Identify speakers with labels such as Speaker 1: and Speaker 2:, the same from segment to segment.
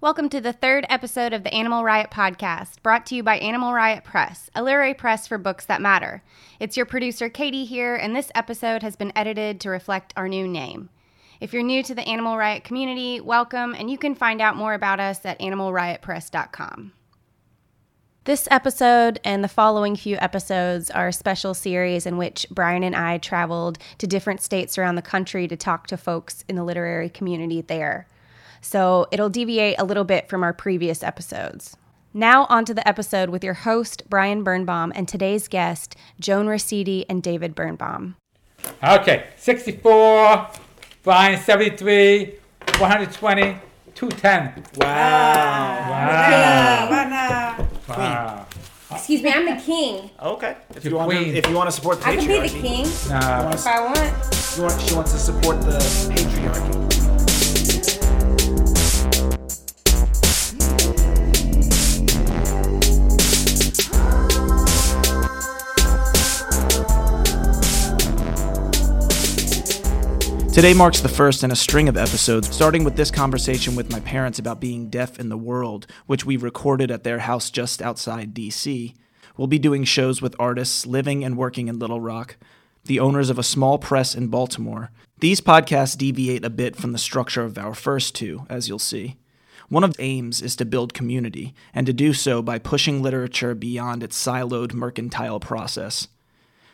Speaker 1: Welcome to the third episode of the Animal Riot Podcast, brought to you by Animal Riot Press, a literary press for books that matter. It's your producer, Katie, here, and this episode has been edited to reflect our new name. If you're new to the Animal Riot community, welcome, and you can find out more about us at animalriotpress.com. This episode and the following few episodes are a special series in which Brian and I traveled to different states around the country to talk to folks in the literary community there. So it'll deviate a little bit from our previous episodes. Now, onto the episode with your host, Brian Birnbaum, and today's guest, Joan Rossidi and David Birnbaum.
Speaker 2: Okay, 64, Brian 73, 120, 210. Wow. Ah. Wow. Wow.
Speaker 3: Excuse me, I'm the king.
Speaker 4: Okay. If
Speaker 2: The
Speaker 4: you want, to,
Speaker 2: queen.
Speaker 4: if you want to support the
Speaker 3: I can
Speaker 4: patriarchy,
Speaker 3: be the king if
Speaker 2: Nah,
Speaker 3: I want.
Speaker 4: You want, she wants to support the patriarchy. Today marks the first in a string of episodes, starting with this conversation with my parents about being deaf in the world, which we recorded at their house just outside DC. We'll be doing shows with artists living and working in Little Rock, the owners of a small press in Baltimore. These podcasts deviate a bit from the structure of our first two, as you'll see. One of the aims is to build community, and to do so by pushing literature beyond its siloed mercantile process.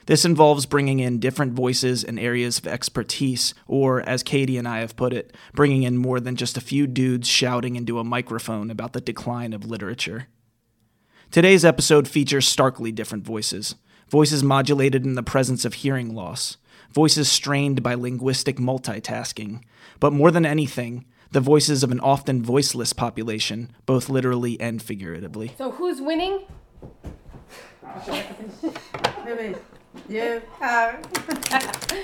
Speaker 4: This involves bringing in different voices and areas of expertise, or, as Katie and I have put it, bringing in more than just a few dudes shouting into a microphone about the decline of literature. Today's episode features starkly different voices voices modulated in the presence of hearing loss, voices strained by linguistic multitasking, but more than anything, the voices of an often voiceless population, both literally and figuratively.
Speaker 1: So, who's winning?
Speaker 5: Maybe you have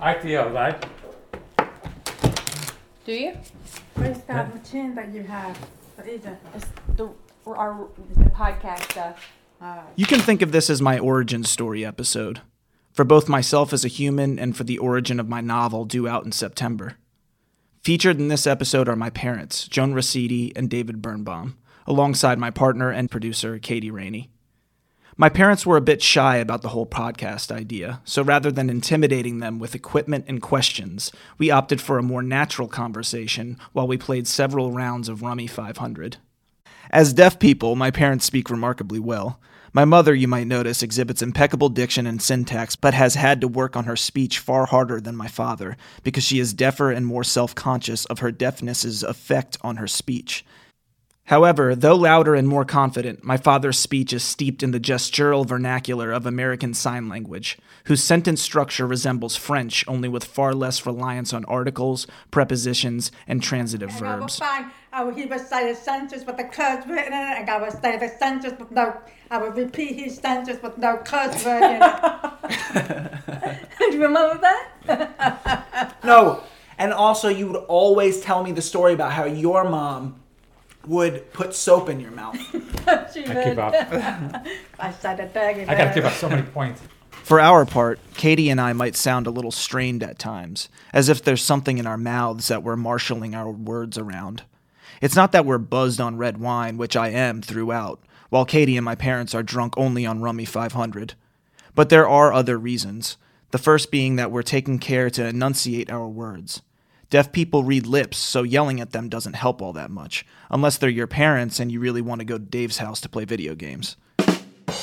Speaker 2: I feel right?
Speaker 1: Do you?
Speaker 5: where's that machine that you have? What is it?
Speaker 1: It's the, our the podcast stuff.
Speaker 5: Uh,
Speaker 4: You can think of this as my origin story episode, for both myself as a human and for the origin of my novel due out in September. Featured in this episode are my parents, Joan Rossidi and David Birnbaum, alongside my partner and producer, Katie Rainey. My parents were a bit shy about the whole podcast idea, so rather than intimidating them with equipment and questions, we opted for a more natural conversation while we played several rounds of Rummy 500. As deaf people, my parents speak remarkably well. My mother, you might notice, exhibits impeccable diction and syntax, but has had to work on her speech far harder than my father because she is deafer and more self conscious of her deafness's effect on her speech. However, though louder and more confident, my father's speech is steeped in the gestural vernacular of American Sign Language, whose sentence structure resembles French only with far less reliance on articles, prepositions, and transitive
Speaker 5: I will
Speaker 4: verbs.
Speaker 5: find, I will hear what say the sentence with the curse word in it, and I will say the sentence with no, I will repeat his sentence with no curse word in it.
Speaker 3: Do you remember that?
Speaker 6: No. And also, you would always tell me the story about how your mom would put soap in your mouth.
Speaker 5: She
Speaker 2: I give
Speaker 5: would.
Speaker 2: up.
Speaker 5: I said a dirty
Speaker 2: I gotta
Speaker 5: word.
Speaker 2: give up so many points.
Speaker 4: For our part, Katie and I might sound a little strained at times, as if there's something in our mouths that we're marshaling our words around. It's not that we're buzzed on red wine, which I am throughout, while Katie and my parents are drunk only on Rummy 500. But there are other reasons, the first being that we're taking care to enunciate our words. Deaf people read lips, so yelling at them doesn't help all that much, unless they're your parents and you really want to go to Dave's house to play video games.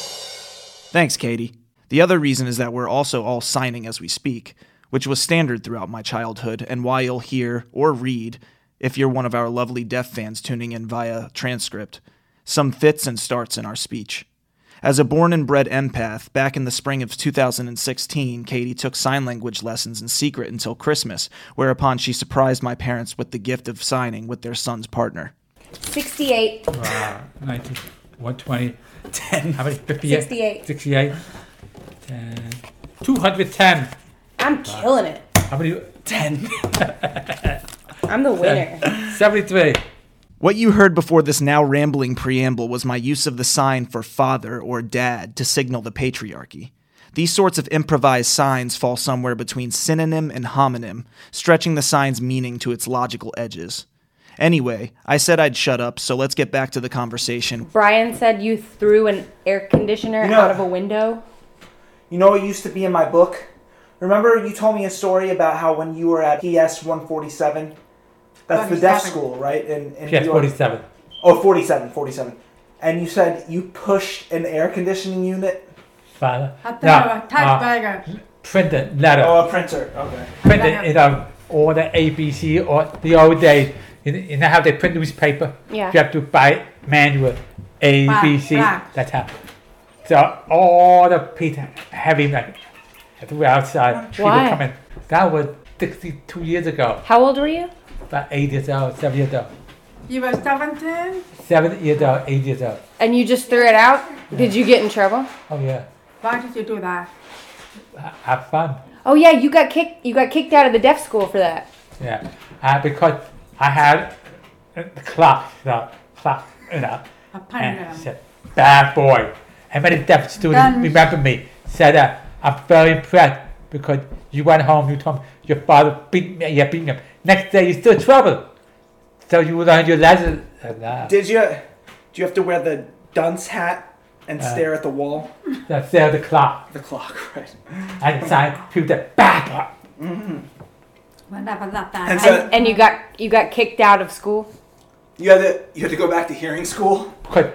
Speaker 4: Thanks, Katie. The other reason is that we're also all signing as we speak, which was standard throughout my childhood and why you'll hear or read, if you're one of our lovely deaf fans tuning in via transcript, some fits and starts in our speech. As a born and bred empath, back in the spring of 2016, Katie took sign language lessons in secret until Christmas, whereupon she surprised my parents with the gift of signing with their son's partner.
Speaker 3: 68.
Speaker 2: 19, 120, 10. How many? 58?
Speaker 3: 68.
Speaker 2: 68. 10. 210.
Speaker 3: I'm killing it.
Speaker 2: How many?
Speaker 6: 10.
Speaker 3: I'm the winner.
Speaker 2: 73.
Speaker 4: What you heard before this now rambling preamble was my use of the sign for father or dad to signal the patriarchy. These sorts of improvised signs fall somewhere between synonym and homonym, stretching the sign's meaning to its logical edges. Anyway, I said I'd shut up, so let's get back to the conversation.
Speaker 1: Brian said you threw an air conditioner
Speaker 6: You know-
Speaker 1: out of a window.
Speaker 6: You know what used to be in my book? Remember you told me a story about how when you were at PS 147? That's the deaf
Speaker 5: 47.
Speaker 6: school, right? In, in
Speaker 2: Yes,
Speaker 6: New York.
Speaker 2: 47.
Speaker 6: Oh, 47, 47. And you said you pushed an air conditioning unit?
Speaker 2: Father.
Speaker 5: I threw
Speaker 2: Now,
Speaker 5: a
Speaker 2: uh,
Speaker 5: typewriter.
Speaker 2: print it, letter.
Speaker 6: Oh, a printer. Okay.
Speaker 2: printed it on all the ABC or the old days. You, you know how they print newspaper?
Speaker 1: Yeah.
Speaker 2: You have to buy manual ABC.
Speaker 5: Right, right.
Speaker 2: That's how. So all the people heavy like everywhere outside. People
Speaker 1: Why?
Speaker 2: coming. That was 62 years ago.
Speaker 1: How old were you?
Speaker 2: About eight years old, seven years old.
Speaker 5: You were 17?
Speaker 2: Seven years old, eight years old.
Speaker 1: And you just threw it out? Did you get in trouble?
Speaker 2: Oh yeah.
Speaker 5: Why did you do that?
Speaker 2: Ha- Have fun.
Speaker 1: Oh yeah, you got kicked. You got kicked out of the deaf school for that.
Speaker 2: Yeah, uh, because I had a clock, you know, clock, you know,
Speaker 5: A
Speaker 2: and
Speaker 5: pendulum.
Speaker 2: said, bad boy. And many deaf students
Speaker 5: Then-
Speaker 2: remember me, said, uh, I'm very impressed because you went home, you told me your father beat me, yeah, beat me up. Next day, you still trouble. So you learned your lesson. And, uh,
Speaker 6: Did you? Do you have to wear the dunce hat and stare at the wall?
Speaker 2: that's there the clock.
Speaker 6: The clock, right?
Speaker 2: And sign people that bad boy.
Speaker 5: I never left that.
Speaker 6: And
Speaker 5: house.
Speaker 6: so
Speaker 1: And you got you got kicked out of school.
Speaker 6: you had to you had to go back to hearing school.
Speaker 2: Because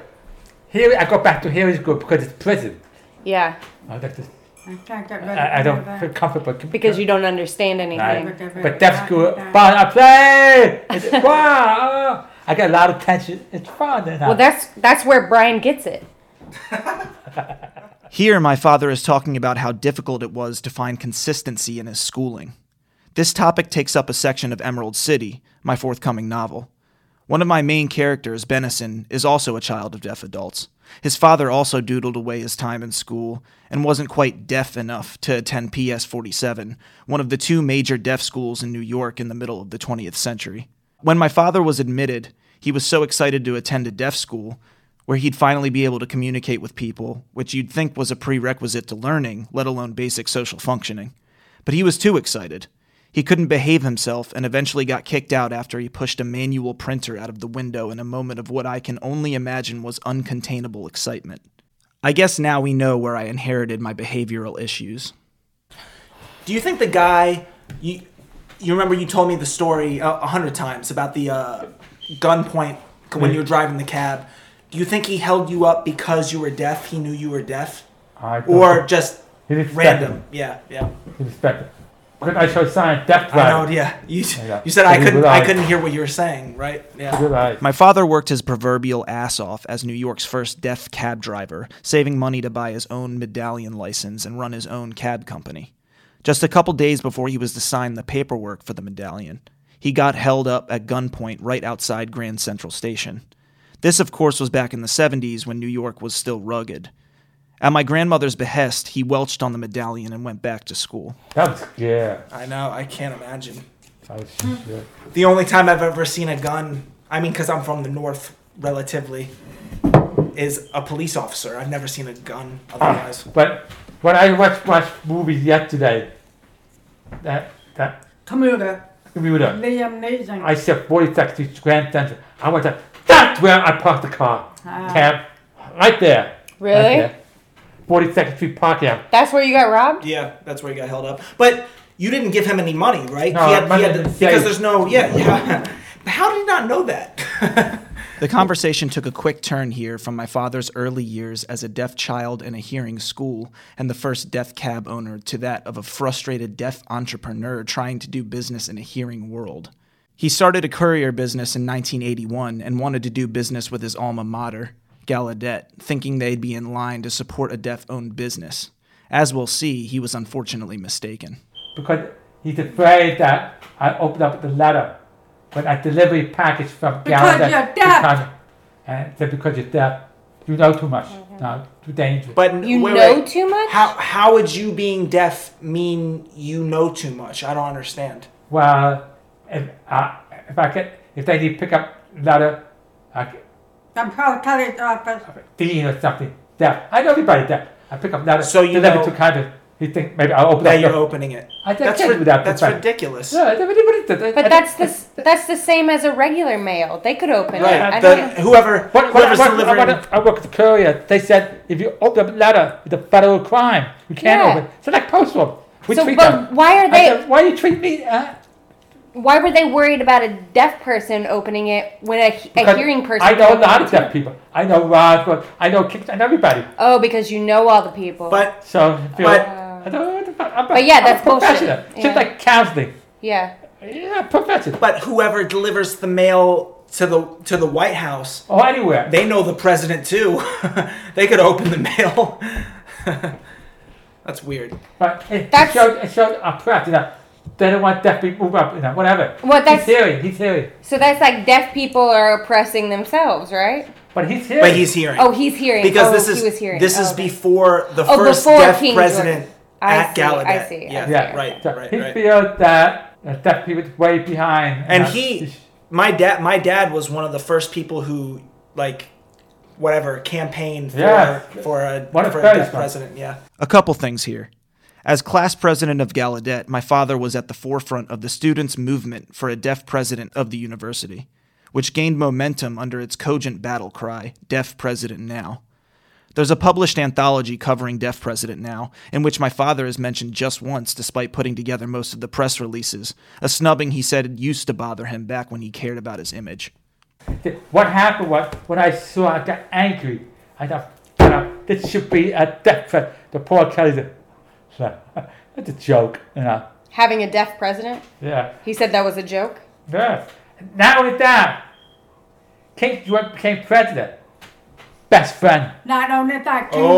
Speaker 2: here, I go back to here is good because it's prison.
Speaker 1: Yeah,
Speaker 2: I, don't just-
Speaker 5: I can't get rid of
Speaker 2: I, I don't
Speaker 5: that.
Speaker 2: feel comfortable.
Speaker 1: because you don't understand anything.
Speaker 2: Right.
Speaker 5: Look at her.
Speaker 2: But that's
Speaker 5: Back
Speaker 2: good.
Speaker 5: and
Speaker 2: Fun. I play. It's fun. I get a lot of tension. It's fun. And
Speaker 1: Well,
Speaker 2: I,
Speaker 1: that's that's where Brian gets it.
Speaker 4: Here, my father is talking about how difficult it was to find consistency in his schooling. This topic takes up a section of Emerald City, my forthcoming novel. One of my main characters, Benison, is also a child of deaf adults. His father also doodled away his time in school and wasn't quite deaf enough to attend PS 47, one of the two major deaf schools in New York in the middle of the 20th century. When my father was admitted, he was so excited to attend a deaf school where he'd finally be able to communicate with people, which you'd think was a prerequisite to learning, let alone basic social functioning. But he was too excited. He couldn't behave himself and eventually got kicked out after he pushed a manual printer out of the window in a moment of what I can only imagine was uncontainable excitement. I guess now we know where I inherited my behavioral issues.
Speaker 6: Do you think the guy you you remember you told me the story uh, a hundred times about the uh, gunpoint when you were driving the cab? Do you think he held you up because you were deaf? He knew you were deaf,
Speaker 2: I don't
Speaker 6: or
Speaker 2: think-
Speaker 6: just
Speaker 2: He respected.
Speaker 6: random? Yeah, yeah.
Speaker 2: you respect it. Because I showed sign death
Speaker 6: I know.
Speaker 2: right.
Speaker 6: Yeah, you
Speaker 2: Yeah.
Speaker 6: you said I
Speaker 2: He
Speaker 6: couldn't
Speaker 2: would
Speaker 6: I
Speaker 2: like-
Speaker 6: couldn't hear what you were saying, right? Yeah.
Speaker 2: Good eye.
Speaker 4: My father worked his proverbial ass off as New York's first deaf cab driver, saving money to buy his own medallion license and run his own cab company. Just a couple days before he was to sign the paperwork for the medallion, he got held up at gunpoint right outside Grand Central Station. This, of course, was back in the 70s when New York was still rugged. At my grandmother's behest, he welched on the medallion and went back to school.
Speaker 2: That was good.
Speaker 6: I know. I can't imagine.
Speaker 2: That was good.
Speaker 6: The only time I've ever seen a gun, I mean, because I'm from the north, relatively, is a police officer. I've never seen a gun otherwise.
Speaker 2: But when I watched watched movies yesterday, that that
Speaker 5: Commuter.
Speaker 2: computer,
Speaker 5: Liam Neeson.
Speaker 2: I said 46 to Grand Central. I went to that's where I parked the car.
Speaker 5: Ah.
Speaker 2: Cab, right there.
Speaker 1: Really?
Speaker 2: Right there. 42nd Street parking.
Speaker 1: That's where you got robbed.
Speaker 6: Yeah, that's where he got held up. But you didn't give him any money, right?
Speaker 2: No,
Speaker 6: he had, he had to-
Speaker 2: money-
Speaker 6: because there's no. Yeah, yeah. How did he not know that?
Speaker 4: The conversation took a quick turn here from my father's early years as a deaf child in a hearing school and the first deaf cab owner to that of a frustrated deaf entrepreneur trying to do business in a hearing world. He started a courier business in 1981 and wanted to do business with his alma mater, Gallaudet, thinking they'd be in line to support a deaf owned business. As we'll see, he was unfortunately mistaken.
Speaker 2: because he's afraid that I opened up the letter when I delivery package from
Speaker 5: Because
Speaker 2: Gallaudet
Speaker 5: you're
Speaker 2: to
Speaker 5: deaf.
Speaker 2: Conway. And said because you're deaf, you know too much. No, too dangerous.
Speaker 6: But
Speaker 1: You
Speaker 6: wait,
Speaker 1: know
Speaker 6: wait.
Speaker 1: too much.
Speaker 6: How how would you being deaf mean you know too much? I don't understand.
Speaker 2: well, if I if I get if they need to pick up letter, I get
Speaker 5: I'm called Kelly's office.
Speaker 2: dean or something deaf. I know everybody deaf. I pick up letter.
Speaker 6: So you
Speaker 2: deliver
Speaker 6: know-
Speaker 2: to Conway. You think maybe I'll open
Speaker 6: Now
Speaker 2: up.
Speaker 6: you're
Speaker 2: the-
Speaker 6: opening it.
Speaker 2: I think
Speaker 6: That's,
Speaker 2: I
Speaker 6: ri-
Speaker 2: do that.
Speaker 6: that's
Speaker 2: but-
Speaker 6: ridiculous.
Speaker 2: Yeah, but what is that? I- I
Speaker 1: But
Speaker 2: think-
Speaker 1: that's the s- that's the same as a regular mail. They could open it. I don't
Speaker 6: Right. The,
Speaker 1: know.
Speaker 6: whoever
Speaker 2: What, what,
Speaker 6: whoever's
Speaker 2: what,
Speaker 6: delivering.
Speaker 2: I, I work at the courier. They said if you open up a letter, it's a federal crime. You can't
Speaker 1: Yeah.
Speaker 2: open. it. It's like postal. We
Speaker 1: so,
Speaker 2: treat
Speaker 1: but
Speaker 2: them.
Speaker 1: why are
Speaker 2: I
Speaker 1: they?
Speaker 2: said, why you treat me? Uh,
Speaker 1: Why were they worried about a deaf person opening it when a, a
Speaker 2: because
Speaker 1: hearing person?
Speaker 2: I
Speaker 1: could
Speaker 2: know a
Speaker 1: open
Speaker 2: lot
Speaker 1: it
Speaker 2: of
Speaker 1: too?
Speaker 2: deaf people. I know Rod. I know Kick and everybody.
Speaker 1: Oh, because you know all the people.
Speaker 6: but
Speaker 2: So, you know,
Speaker 6: But-
Speaker 2: I don't know what the fuck. I'm,
Speaker 1: But yeah,
Speaker 2: I'm a
Speaker 1: that's bullshit.
Speaker 2: professional.
Speaker 1: Yeah.
Speaker 2: Just like counseling.
Speaker 1: yeah,
Speaker 2: Yeah, professional.
Speaker 6: but whoever delivers the mail to the to the White House,
Speaker 2: Or anywhere.
Speaker 6: they know the president too. they could open the mail. that's weird.
Speaker 2: But it, it
Speaker 1: That's-
Speaker 2: showed, it showed a press, you know. They don't want deaf people move up, you know, whatever.
Speaker 1: Well, that's-
Speaker 2: He's hearing, he's hearing.
Speaker 1: so that's like deaf people are oppressing themselves, right?
Speaker 2: But he's hearing.
Speaker 6: But he's hearing.
Speaker 1: Oh, he's hearing.
Speaker 6: because
Speaker 1: oh,
Speaker 6: this
Speaker 1: he was
Speaker 6: is
Speaker 1: hearing.
Speaker 6: this
Speaker 1: Oh,
Speaker 6: is
Speaker 1: okay.
Speaker 6: before the
Speaker 1: Oh,
Speaker 6: first
Speaker 1: before
Speaker 6: deaf
Speaker 1: King
Speaker 6: president
Speaker 1: George. I
Speaker 6: at
Speaker 1: see, I
Speaker 6: Gallaudet.
Speaker 1: see, I
Speaker 6: Yeah,
Speaker 1: see,
Speaker 2: yeah,
Speaker 6: right,
Speaker 2: So
Speaker 6: right,
Speaker 2: he
Speaker 6: right.
Speaker 2: feels that uh, deaf people is way behind. you
Speaker 6: And
Speaker 2: know.
Speaker 6: he, my dad, my dad was one of the first people who like whatever campaigned for
Speaker 2: Yeah.
Speaker 6: for uh, a,
Speaker 2: One of
Speaker 6: for a
Speaker 2: those ones.
Speaker 6: deaf president. Yeah,
Speaker 4: A couple things here. As class president of Gallaudet, my father was at the forefront of the students' movement for a deaf president of the university, which gained momentum under its cogent battle cry, Deaf President Now. There's a published anthology covering Deaf President Now, in which my father is mentioned just once despite putting together most of the press releases, a snubbing he said used to bother him back when he cared about his image.
Speaker 2: What happened was when I saw, I got angry. I thought, "Shut up, this should be a deaf press. The poor Kelly said, that's a joke, you know.
Speaker 1: having a deaf president.
Speaker 2: Yeah.
Speaker 1: He said that was a joke.
Speaker 2: Yes. Not only that, King George became president. Best friend.
Speaker 5: Not only that, King
Speaker 6: Oh,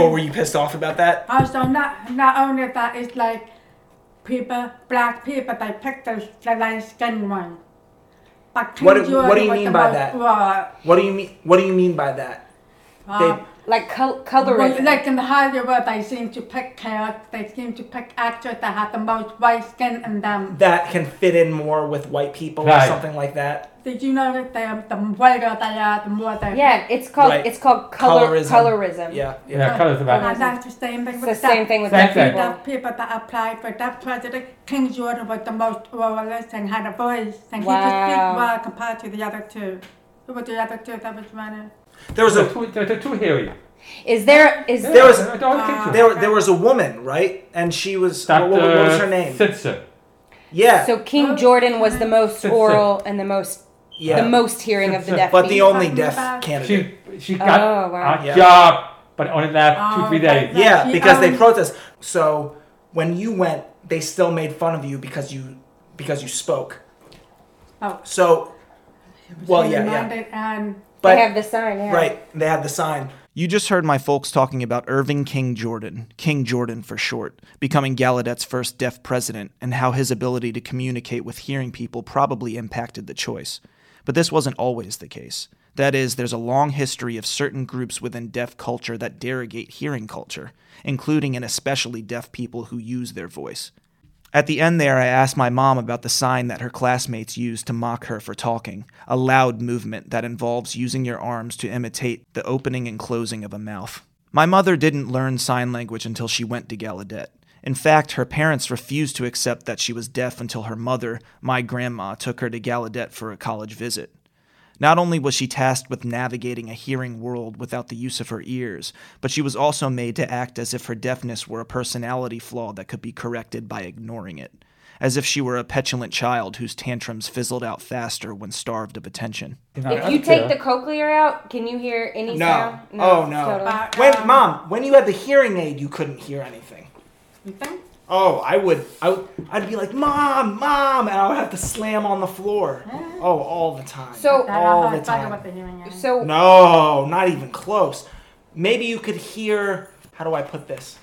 Speaker 5: George-
Speaker 6: were you pissed off about that?
Speaker 5: Also, not not only that, it's like people, black people, they pick those the light skinned one. But King
Speaker 6: What do-
Speaker 5: George
Speaker 6: what do you
Speaker 5: was
Speaker 6: mean
Speaker 5: the
Speaker 6: by
Speaker 5: most
Speaker 6: that?
Speaker 5: raw,
Speaker 6: What do you mean? What do you mean by that?
Speaker 5: um,
Speaker 1: Like col-
Speaker 5: well,
Speaker 1: colorism.
Speaker 5: like in Hollywood, they seem to pick characters. They seem to pick actors that have the most white skin in them.
Speaker 6: That can fit in more with white people or
Speaker 2: Right.
Speaker 6: something like that.
Speaker 5: Did you know that they are, the whiter they are, uh, the more they
Speaker 1: yeah, it's called
Speaker 6: Right.
Speaker 1: it's called color colorism.
Speaker 6: Yeah, yeah.
Speaker 2: Yeah, colors about
Speaker 5: And that's the same thing
Speaker 1: It's
Speaker 5: with
Speaker 1: the same
Speaker 5: that.
Speaker 1: thing with
Speaker 2: Same
Speaker 1: deaf
Speaker 2: thing.
Speaker 1: people.
Speaker 5: The people that applied for that president, King Jordan was the most royalist and had a voice, and he could
Speaker 1: Wow.
Speaker 5: speak well compared to the other two. Who were the other two that was running?
Speaker 6: There was
Speaker 2: The
Speaker 6: a
Speaker 2: two, the, the two hearing.
Speaker 1: Is there is
Speaker 2: Yeah,
Speaker 1: there,
Speaker 6: was-
Speaker 2: the whole picture.
Speaker 6: there there was a woman, right? And she was what,
Speaker 2: Dr.
Speaker 6: what- what was her name?
Speaker 2: uh, Simpson.
Speaker 6: yeah,
Speaker 1: so King Jordan was the most
Speaker 2: Sit, sit.
Speaker 1: oral and the most
Speaker 6: yeah.
Speaker 1: the most hearing of the
Speaker 2: Sit, sit.
Speaker 1: deaf.
Speaker 6: but the
Speaker 1: people.
Speaker 6: only deaf
Speaker 5: About-
Speaker 6: candidate.
Speaker 2: She she got
Speaker 1: Oh, wow.
Speaker 2: a
Speaker 6: Yeah.
Speaker 2: job, but only last two
Speaker 5: Oh,
Speaker 2: three
Speaker 5: okay.
Speaker 2: days.
Speaker 6: Yeah,
Speaker 5: She
Speaker 6: because they
Speaker 5: owns-
Speaker 6: protest. So when you went, they still made fun of you because you because you spoke.
Speaker 5: Oh.
Speaker 6: So, well, yeah, yeah.
Speaker 5: Landed and
Speaker 6: But
Speaker 1: they have the sign. Yeah.
Speaker 6: right, they had the sign.
Speaker 4: You just heard my folks talking about Irving King Jordan, King Jordan for short, becoming Gallaudet's first deaf president, and how his ability to communicate with hearing people probably impacted the choice. But this wasn't always the case. That is, there's a long history of certain groups within deaf culture that derogate hearing culture, including and especially deaf people who use their voice. At the end there, I asked my mom about the sign that her classmates used to mock her for talking, a loud movement that involves using your arms to imitate the opening and closing of a mouth. My mother didn't learn sign language until she went to Gallaudet. In fact, her parents refused to accept that she was deaf until her mother, my grandma, took her to Gallaudet for a college visit. Not only was she tasked with navigating a hearing world without the use of her ears, but she was also made to act as if her deafness were a personality flaw that could be corrected by ignoring it, as if she were a petulant child whose tantrums fizzled out faster when starved of attention.
Speaker 2: know,
Speaker 1: If you
Speaker 2: that's
Speaker 1: take
Speaker 2: good.
Speaker 1: the cochlear out, can you hear any
Speaker 6: No.
Speaker 1: sound?
Speaker 6: Oh no.
Speaker 5: Uh,
Speaker 1: totally.
Speaker 5: um,
Speaker 6: When mom, when you had the hearing aid, you couldn't hear anything.
Speaker 5: you think?
Speaker 6: Oh, I would, I would, I'd be like, mom, mom, and I would have to slam on the floor. Oh, all the time.
Speaker 1: So-
Speaker 5: That
Speaker 6: all
Speaker 5: I
Speaker 6: the
Speaker 5: was talking about
Speaker 6: time.
Speaker 5: the hearing aid.
Speaker 1: So
Speaker 6: No, not even close. Maybe you could hear. How do I put this?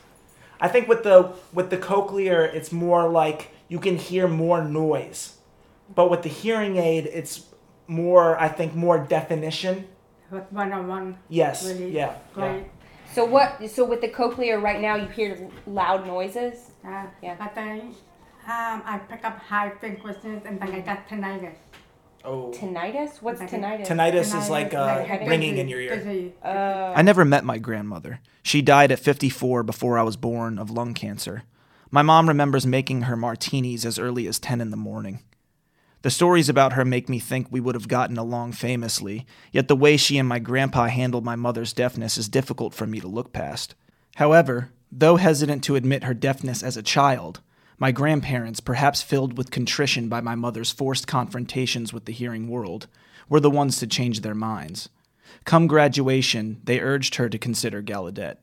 Speaker 6: I think with the with the cochlear, it's more like you can hear more noise, but with the hearing aid, it's more. I think more definition.
Speaker 5: With one on one.
Speaker 6: Yes.
Speaker 5: Really?
Speaker 6: Yeah. Yeah.
Speaker 5: Great.
Speaker 1: so what? So with the cochlear right now, you hear loud noises.
Speaker 5: Uh,
Speaker 1: Yeah.
Speaker 5: But then um, I pick up high frequencies and then I got tinnitus.
Speaker 6: Oh.
Speaker 1: Tinnitus? What's
Speaker 5: I think-
Speaker 1: tinnitus?
Speaker 6: Tinnitus is like uh,
Speaker 5: Headache.
Speaker 6: ringing in your
Speaker 5: There's
Speaker 6: ear.
Speaker 5: a-
Speaker 1: Oh.
Speaker 4: I never met my grandmother. She died at 54 before I was born of lung cancer. My mom remembers making her martinis as early as 10 in the morning. The stories about her make me think we would have gotten along famously, yet the way she and my grandpa handled my mother's deafness is difficult for me to look past. However, though hesitant to admit her deafness as a child, my grandparents, perhaps filled with contrition by my mother's forced confrontations with the hearing world, were the ones to change their minds. Come graduation, they urged her to consider Gallaudet.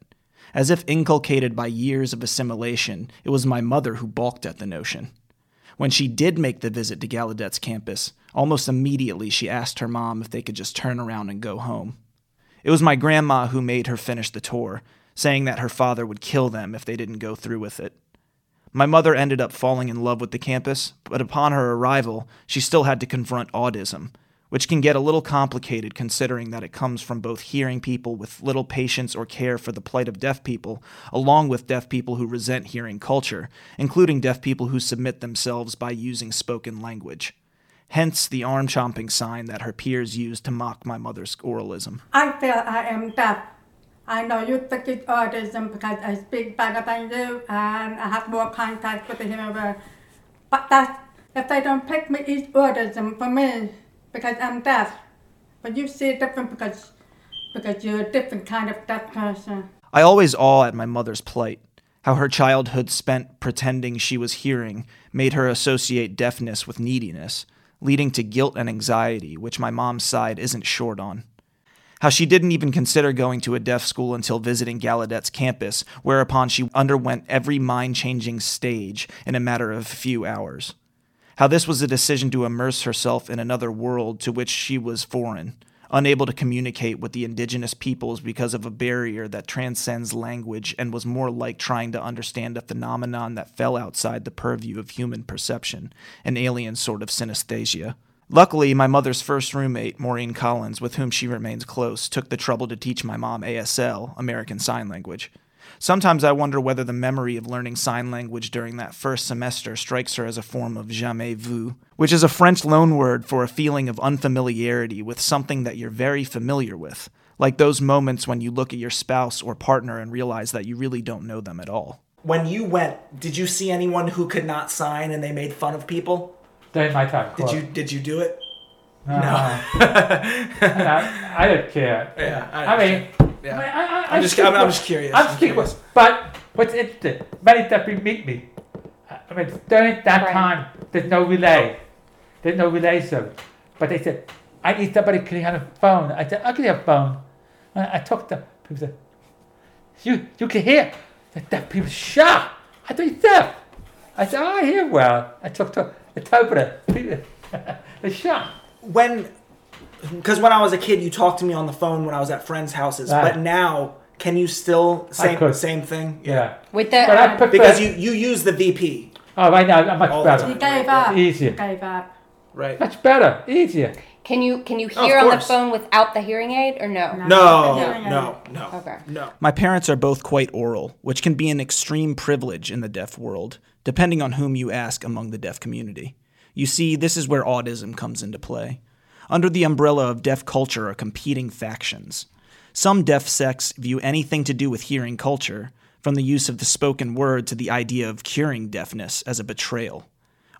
Speaker 4: As if inculcated by years of assimilation, it was my mother who balked at the notion. When she did make the visit to Gallaudet's campus, almost immediately she asked her mom if they could just turn around and go home. It was my grandma who made her finish the tour, saying that her father would kill them if they didn't go through with it. My mother ended up falling in love with the campus, but upon her arrival, she still had to confront autism, which can get a little complicated considering that it comes from both hearing people with little patience or care for the plight of deaf people, along with deaf people who resent hearing culture, including deaf people who submit themselves by using spoken language. Hence the arm chomping sign that her peers used to mock my mother's oralism.
Speaker 5: I feel I am deaf. I know you think it's autism because I speak better than you and I have more contact with the human world. But that's, if they don't pick me, it's autism for me because I'm deaf. But you see it different because, because you're a different kind of deaf person.
Speaker 4: I always awe at my mother's plight. How her childhood spent pretending she was hearing made her associate deafness with neediness, leading to guilt and anxiety, which my mom's side isn't short on. How she didn't even consider going to a deaf school until visiting Gallaudet's campus, whereupon she underwent every mind changing stage in a matter of a few hours. How this was a decision to immerse herself in another world to which she was foreign, unable to communicate with the indigenous peoples because of a barrier that transcends language and was more like trying to understand a phenomenon that fell outside the purview of human perception, an alien sort of synesthesia. Luckily, my mother's first roommate, Maureen Collins, with whom she remains close, took the trouble to teach my mom ASL, American Sign Language. Sometimes I wonder whether the memory of learning sign language during that first semester strikes her as a form of jamais vu, which is a French loanword for a feeling of unfamiliarity with something that you're very familiar with, like those moments when you look at your spouse or partner and realize that you really don't know them at all.
Speaker 6: When you went, did you see anyone who could not sign and they made fun of people?
Speaker 2: During my time.
Speaker 6: Did
Speaker 2: cool.
Speaker 6: you did you do it?
Speaker 2: No. I, I don't care.
Speaker 6: Yeah, I
Speaker 2: I, mean,
Speaker 6: Yeah.
Speaker 2: I mean, I, I,
Speaker 6: I'm just-
Speaker 2: stick
Speaker 6: I'm- I'm
Speaker 2: with-
Speaker 6: just curious.
Speaker 2: I'm
Speaker 6: I'm
Speaker 2: stick with- But what's interesting, many that we meet me. I I mean, during that
Speaker 1: Right.
Speaker 2: time, there's no
Speaker 6: Oh.
Speaker 2: relay. There's no relay service. But they said, I need somebody to have a phone. I said, I'll give you a phone. And I talked to them. People said, you, you can hear. That, that people shocked. I thought you deaf. I said, oh, I hear well. I talked to interpreter. People, they're shocked.
Speaker 6: When because when I was a kid you talked to me on the phone when I was at friends' houses,
Speaker 2: Right.
Speaker 6: but now can you still same
Speaker 2: Ah. could.
Speaker 6: same thing?
Speaker 2: Yeah.
Speaker 1: With the.
Speaker 2: But I
Speaker 3: um,
Speaker 1: Uh,
Speaker 2: prefer,
Speaker 6: Because you you use the VP.
Speaker 2: Oh, right now I'm much
Speaker 6: All the
Speaker 5: You
Speaker 2: better.
Speaker 6: time.
Speaker 5: gave up.
Speaker 2: Easier.
Speaker 5: You gave up.
Speaker 6: Right.
Speaker 2: Much better, easier.
Speaker 1: can you can you
Speaker 6: Oh, of
Speaker 1: hear on the
Speaker 6: course.
Speaker 1: phone without the hearing aid or no?
Speaker 6: No,
Speaker 5: Yeah.
Speaker 6: no, no.
Speaker 1: Okay.
Speaker 6: No.
Speaker 4: My parents are both quite oral, which can be an extreme privilege in the deaf world, depending on whom you ask among the deaf community. You see, this is where autism comes into play. Under the umbrella of deaf culture are competing factions. Some deaf sects view anything to do with hearing culture, from the use of the spoken word to the idea of curing deafness, as a betrayal.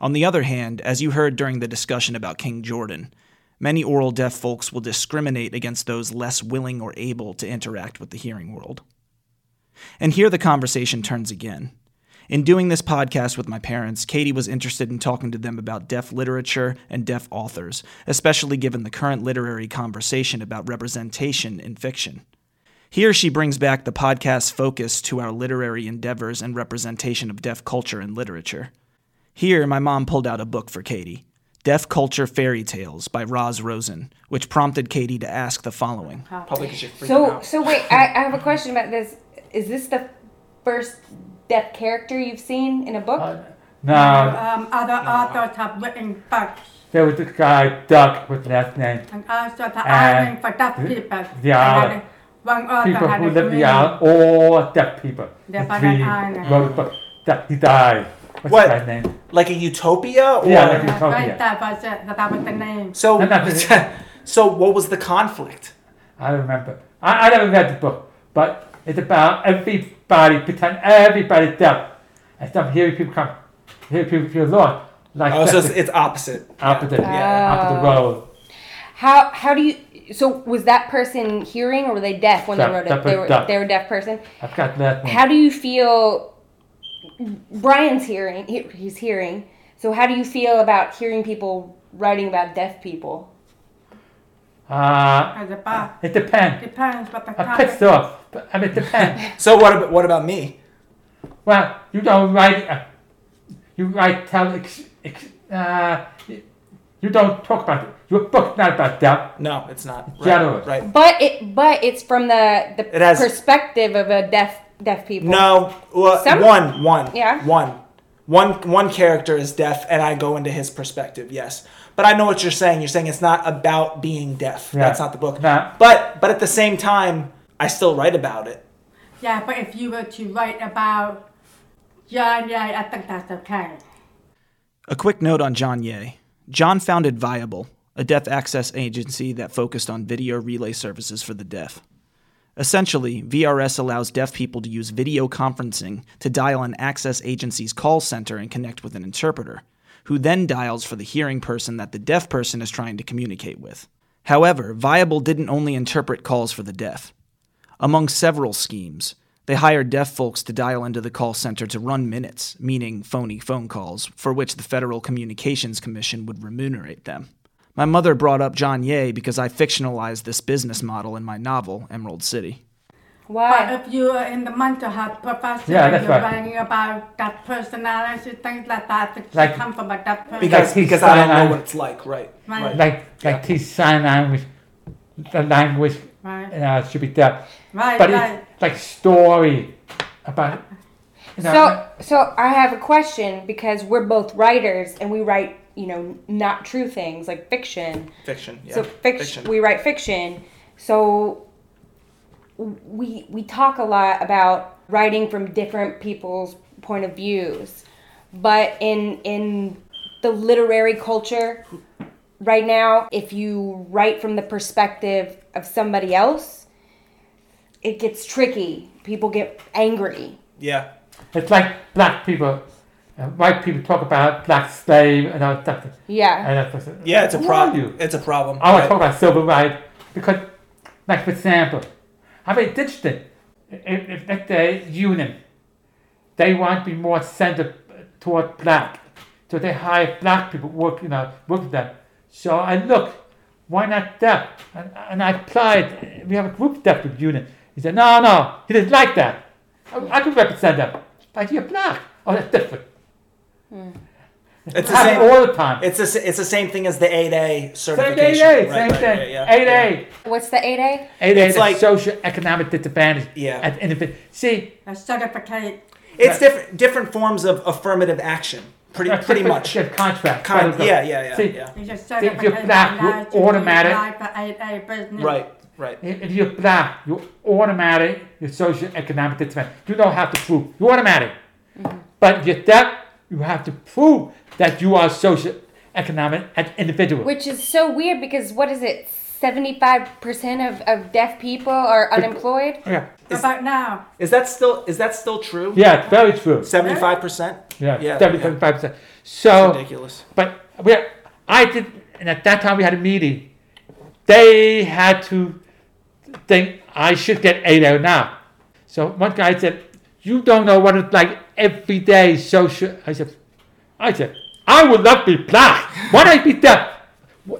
Speaker 4: On the other hand, as you heard during the discussion about King Jordan, many oral deaf folks will discriminate against those less willing or able to interact with the hearing world. And here the conversation turns again. In doing this podcast with my parents, Katie was interested in talking to them about deaf literature and deaf authors, especially given the current literary conversation about representation in fiction. Here she brings back the podcast's focus to our literary endeavors and representation of deaf culture and literature. Here, my mom pulled out a book for Katie Deaf Culture Fairy Tales by Roz Rosen, which prompted Katie to ask the following.
Speaker 6: Probably because you're freaking
Speaker 1: So
Speaker 6: out.
Speaker 1: so wait, I, I have a question about this. Is this the first deaf character you've seen in a book?
Speaker 2: Uh, No,
Speaker 5: Um, other authors have written books.
Speaker 2: there was this guy, Duck, with last name.
Speaker 5: And also the
Speaker 2: And
Speaker 5: island for deaf people.
Speaker 2: the
Speaker 5: I had
Speaker 2: island.
Speaker 5: a- One author
Speaker 2: People
Speaker 5: had
Speaker 2: who
Speaker 5: a
Speaker 2: live the
Speaker 5: dream.
Speaker 2: island, all deaf people.
Speaker 5: They're
Speaker 2: The
Speaker 5: by
Speaker 2: three
Speaker 5: that island.
Speaker 2: wrote a book. That he died. What's
Speaker 6: What?
Speaker 2: the guy's name?
Speaker 6: like a utopia or
Speaker 2: Yeah, like
Speaker 5: That's right,
Speaker 2: Utopia.
Speaker 5: that was it. That was the name.
Speaker 6: so
Speaker 2: I'm not-
Speaker 6: so what was the conflict
Speaker 2: I remember. I, I never read the book, but it's about everybody pretend everybody's deaf, and some hearing people come, hearing people feel lost, like
Speaker 6: oh so
Speaker 2: that's
Speaker 6: it's, it's opposite
Speaker 2: the opposite,
Speaker 6: Yeah.
Speaker 2: opposite road.
Speaker 3: How how do you? So was that person hearing or were they deaf when
Speaker 2: Deaf,
Speaker 3: they wrote
Speaker 2: deaf,
Speaker 3: it? They were
Speaker 2: deaf.
Speaker 3: they were a deaf person.
Speaker 2: I've got that.
Speaker 3: How do you feel? Brian's hearing. He, he's hearing. So how do you feel about hearing people writing about deaf people?
Speaker 2: Uh,
Speaker 5: As a bar.
Speaker 2: it depends.
Speaker 5: Depends what the
Speaker 2: I'm
Speaker 5: kind.
Speaker 2: pissed off, but I mean, it depends.
Speaker 6: so what about what about me
Speaker 2: well, you don't write. Uh, you write tell. Ex, ex, uh, you don't talk about it. Your book's not about deaf.
Speaker 6: no it's not right,
Speaker 2: General.
Speaker 6: right
Speaker 3: But it but it's from the the
Speaker 6: It has-
Speaker 3: perspective of a deaf deaf people.
Speaker 6: no well,
Speaker 3: Some-
Speaker 6: one one
Speaker 3: Yeah.
Speaker 6: one one one character is deaf and i go into his perspective yes but i know what you're saying you're saying it's not about being deaf
Speaker 2: Yeah.
Speaker 6: that's not the book
Speaker 2: No.
Speaker 6: but but at the same time i still write about it
Speaker 5: Yeah, but if you were to write about, yeah, yeah, I think that's okay.
Speaker 4: A quick note on John Ye. John founded Viable, a deaf access agency that focused on video relay services for the deaf. Essentially, VRS allows deaf people to use video conferencing to dial an access agency's call center and connect with an interpreter, who then dials for the hearing person that the deaf person is trying to communicate with. However, Viable didn't only interpret calls for the deaf. Among several schemes, they hired deaf folks to dial into the call center to run minutes, meaning phony phone calls, for which the Federal Communications Commission would remunerate them. My mother brought up John Ye because I fictionalized this business model in my novel, Emerald City.
Speaker 3: Why?
Speaker 5: But if you are in the mental health profession
Speaker 2: Yeah,
Speaker 5: and
Speaker 2: that's
Speaker 5: you're
Speaker 2: right.
Speaker 5: writing about that personality, things like that, that
Speaker 2: Like-
Speaker 5: should come from a deaf person.
Speaker 6: because
Speaker 2: he's
Speaker 6: because i don't know
Speaker 2: silent.
Speaker 6: what it's like right
Speaker 5: Right.
Speaker 6: right
Speaker 2: like like teach sign language, the language
Speaker 5: Right.
Speaker 2: uh, should be deaf.
Speaker 5: Right,
Speaker 2: but
Speaker 5: right.
Speaker 2: it's like story about. You know,
Speaker 3: So so I have a question because we're both writers and we write you know not true things like fiction.
Speaker 6: fiction yeah
Speaker 3: so fiction, we write fiction so we we talk a lot about writing from different people's point of views but in in the literary culture right now if you write from the perspective of somebody else it gets tricky people get angry
Speaker 6: yeah
Speaker 2: it's like black people, uh, white people talk about black slave and all that. stuff.
Speaker 3: yeah
Speaker 2: And that's what's-
Speaker 6: yeah it's a
Speaker 2: Who are you?
Speaker 6: problem it's a problem
Speaker 2: I want to
Speaker 6: right.
Speaker 2: talk about civil rights because, like for example, I mean it's interesting. If, if like the union, they want to be more centered toward black, so they hire black people work you know work with them. So I look, why not deaf? And, and I applied. We have a group of deaf people union. He said no, no, he didn't like that. I, I could represent them, but you're black. Oh, that's different.
Speaker 6: it's the
Speaker 2: Happens
Speaker 6: same
Speaker 2: all the time.
Speaker 6: It's the, s- it's the same thing as the 8A
Speaker 2: Same
Speaker 6: certification.
Speaker 2: day, same
Speaker 6: Right, right,
Speaker 2: thing.
Speaker 6: yeah, yeah,
Speaker 2: Eight
Speaker 6: yeah.
Speaker 2: A.
Speaker 3: what's the 8a
Speaker 2: It
Speaker 6: It's
Speaker 2: is like
Speaker 6: like-
Speaker 2: social economic disadvantage.
Speaker 6: Yeah.
Speaker 2: At individ- See,
Speaker 5: A certificate.
Speaker 6: It's different different forms of affirmative action. Pretty
Speaker 2: that's
Speaker 6: pretty
Speaker 2: different
Speaker 6: much.
Speaker 2: shit, contract.
Speaker 6: Kind
Speaker 2: blah, blah,
Speaker 6: yeah,
Speaker 2: blah.
Speaker 6: yeah, yeah,
Speaker 2: See,
Speaker 6: yeah.
Speaker 5: It's a
Speaker 2: you're
Speaker 5: certificate.
Speaker 2: black,
Speaker 5: that
Speaker 2: you're
Speaker 5: allows you to
Speaker 2: automatic.
Speaker 5: apply for 8A business.
Speaker 6: Right, right.
Speaker 2: If if you're black, you're automatic. You're social economic disadvantage. You don't have to prove. You're automatic. But if you're deaf, you have to prove that you are social economic and individual.
Speaker 3: which is so weird because what is it 75% of, of deaf people are unemployed
Speaker 2: yeah.
Speaker 5: What about now?
Speaker 6: Is that still is that still true?
Speaker 2: yeah, it's very true.
Speaker 6: 75%?
Speaker 2: Yeah,
Speaker 6: Yeah, yeah.
Speaker 2: 75 percent. So
Speaker 6: Ridiculous.
Speaker 2: But we, I did, and at that time we had a meeting. They had to think I should get eight out now. So one guy said, "You don't know what it's like every day social." I said, "I said I would not be black. Why not be deaf?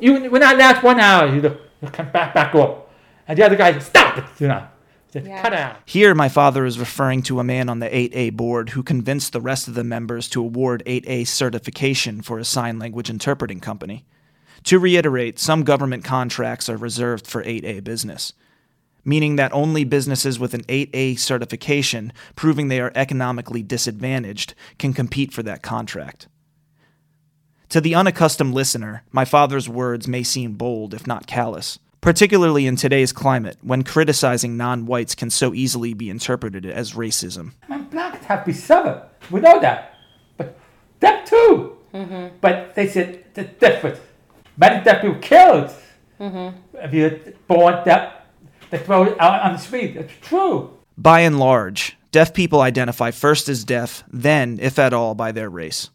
Speaker 2: You when I last one hour, you know, you come back back up." And the other guy said, "Stop it!" You know, He said,
Speaker 3: Yeah.
Speaker 2: "Cut it out."
Speaker 4: Here, my father is referring to a man on the 8A board who convinced the rest of the members to award 8A certification for a sign language interpreting company. To reiterate, some government contracts are reserved for 8A business, meaning that only businesses with an 8A certification proving they are economically disadvantaged can compete for that contract. To the unaccustomed listener, my father's words may seem bold, if not callous, particularly in today's climate when criticizing non whites can so easily be interpreted as racism.
Speaker 2: And blacks have to be seven. We know that. But Them too. But they said the different. Many deaf people killed. If you're born deaf, they throw it out on the street. It's true.
Speaker 4: By and large, deaf people identify first as deaf, then, if at all, by their race.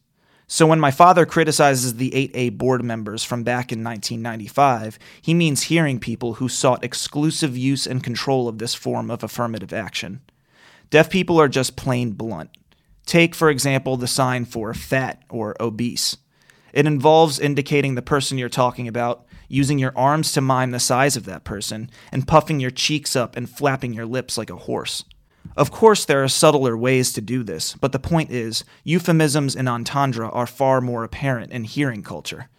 Speaker 4: So when my father criticizes the 8A board members from back in 1995, he means hearing people who sought exclusive use and control of this form of affirmative action. Deaf people are just plain blunt. Take, for example, the sign for fat or obese. It involves indicating the person you're talking about, using your arms to mime the size of that person, and puffing your cheeks up and flapping your lips like a horse. Of course, there are subtler ways to do this, but the point is, euphemisms and entendre are far more apparent in hearing culture.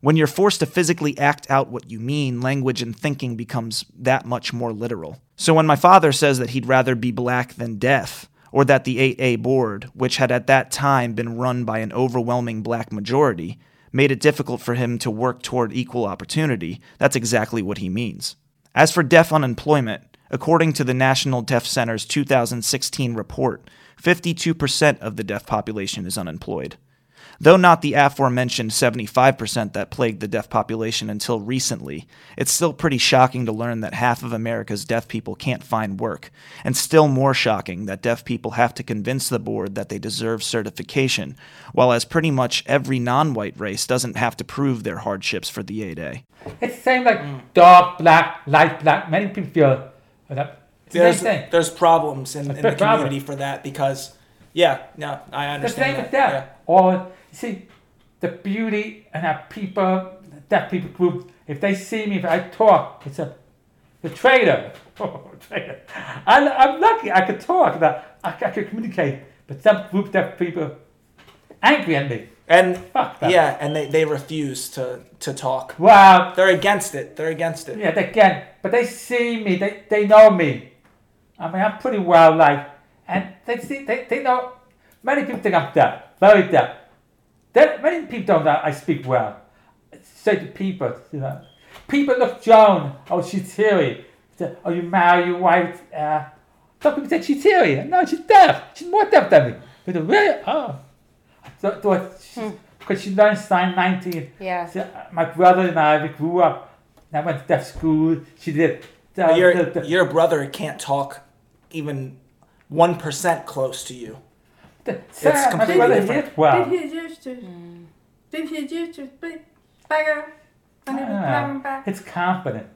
Speaker 4: When you're forced to physically act out what you mean, language and thinking becomes that much more literal. So when my father says that he'd rather be black than deaf, or that the 8A board, which had at that time been run by an overwhelming black majority, made it difficult for him to work toward equal opportunity, that's exactly what he means. As for deaf unemployment, according to the National Deaf Center's 2016 report, 52% of the deaf population is unemployed. Though not the aforementioned 75% that plagued the deaf population until recently, it's still pretty shocking to learn that half of America's deaf people can't find work, and still more shocking that deaf people have to convince the board that they deserve certification, while as pretty much every non white race doesn't have to prove their hardships for the 8A.
Speaker 2: It's the same like dark black, light black. Many people feel that. It's the
Speaker 6: There's
Speaker 2: same thing.
Speaker 6: there's problems in, in the
Speaker 2: big problem.
Speaker 6: community for that because yeah, no, I
Speaker 2: The same
Speaker 6: understand
Speaker 2: with
Speaker 6: that.
Speaker 2: that.
Speaker 6: Yeah.
Speaker 2: Or you see, the beauty and our people, that people group. If they see me, if I talk, it's a the traitor. Oh, traitor. I, I'm lucky. I could talk. That I, I could communicate. But some group that people angry at me.
Speaker 6: And
Speaker 2: Fuck that.
Speaker 6: yeah, and they, they refuse to to talk.
Speaker 2: Wow.
Speaker 6: They're against it. They're against it.
Speaker 2: Yeah, they can. But they see me. They, they know me. I mean, I'm pretty well liked. And they see, they, they know. Many people think I'm deaf, very deaf. That many people don't know I speak well. Say to people, you know, people look Joan. Oh, she's teary. Say, Oh, you marry your wife. Uh, some people say she's teary. No, she's deaf. She's more deaf than me. But they're really, oh, so, so because she learned sign language.
Speaker 1: Yeah.
Speaker 2: So, uh, my brother and I we grew up. And I went to deaf school. She did. uh, the-
Speaker 6: Your
Speaker 2: the-
Speaker 6: your brother can't talk even one percent close to you.
Speaker 2: the- Sarah, my
Speaker 6: completely
Speaker 2: brother
Speaker 6: different.
Speaker 2: did well.
Speaker 5: Did he used to? Did he used to speak better when he was coming
Speaker 2: Ah,
Speaker 5: back?
Speaker 2: It's confident.